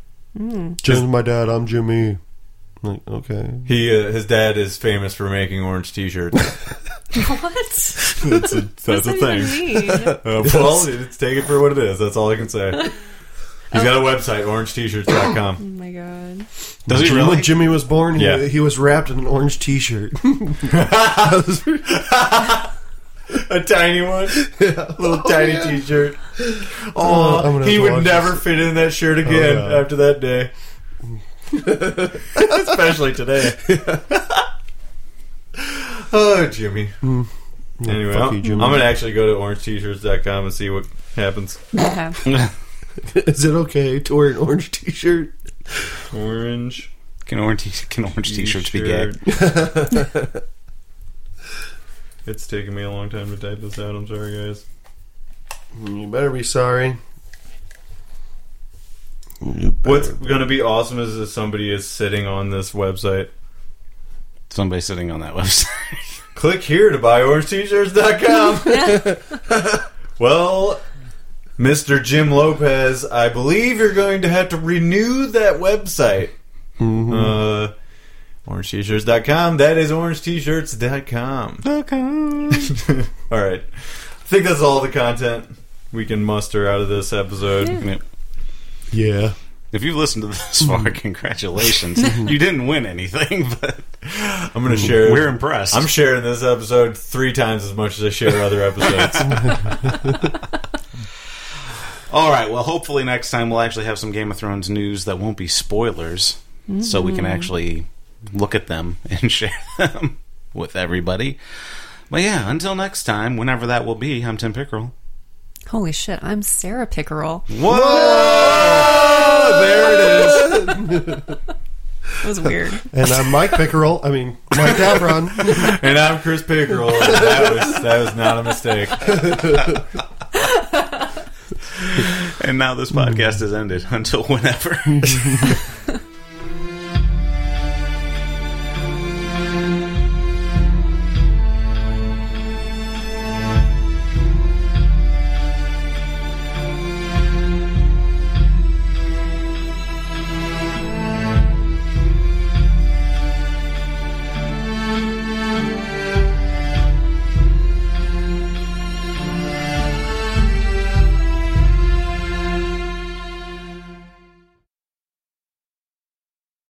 S4: Jim's my dad. I'm Jimmy. I'm like, okay.
S2: He uh, his dad is famous for making orange t-shirts. <laughs>
S1: What?
S2: that's a,
S1: What's
S2: that's a
S1: that
S2: thing.
S1: even mean?
S4: <laughs>
S2: Uh, well, it's take it for what it is. That's all I can say. He's got a website,
S4: <laughs>
S1: Oh
S2: orangetet-shirts.com.
S1: my god.
S3: Does he
S4: Jim-
S3: really?
S4: When Jimmy was born, he,
S2: Yeah.
S4: he was wrapped in an orange t shirt.
S2: a tiny one, little tiny
S4: yeah.
S2: T-shirt.
S4: Oh, I'm
S2: Oh,
S4: gonna
S2: he
S4: have to
S2: would
S4: watch Oh,
S2: never fit in that shirt again
S4: yeah.
S2: after that
S4: <laughs>
S2: day. Especially today. oh, Jimmy. <laughs> Anyway,
S4: Fuck
S2: I'm,
S4: you, Jimmy.
S2: I'm gonna actually go to orangetet-shirts.com and see what happens.
S1: Okay.
S4: <laughs> Is it okay to wear an orange t shirt?
S2: Orange.
S3: Can orange t- can orange t-shirts be gay?
S2: T-shirt. <laughs> it's taken me a long time to type this out. I'm sorry, guys.
S4: You better be sorry. You better
S2: What's
S4: be-
S2: going to be awesome is if somebody is sitting on this website.
S3: Somebody sitting on that website.
S2: Click here to buy orangetshirts.com. <laughs> well, Mr. Jim Lopez, I believe you're going to have to renew that website. Uh, orangetshirts.com. That is orangetshirts.com.
S3: <laughs>
S2: <laughs> all right. I think that's all the content we can muster out of this episode.
S4: Yeah.
S3: If you've listened to this far, congratulations. you didn't win anything, but
S2: I'm going to share.
S3: we're impressed.
S2: I'm sharing this episode three times as much as I share other <laughs> episodes.
S3: All right. Well, hopefully next time we'll actually have some Game of Thrones news that won't be spoilers, so we can actually look at them <laughs> and share them with everybody. But yeah, until next time, whenever that will be, I'm Tim Pickerel.
S1: Holy shit, I'm Sarah Pickerel.
S3: Whoa!
S2: Oh, there it is.
S1: It was weird.
S4: And I'm Mike Pickerel. I mean,
S2: <laughs>
S4: Mike Davron.
S2: And I'm Chris Pickerel. and That was that was not a mistake.
S3: <laughs> And now this podcast is ended until whenever.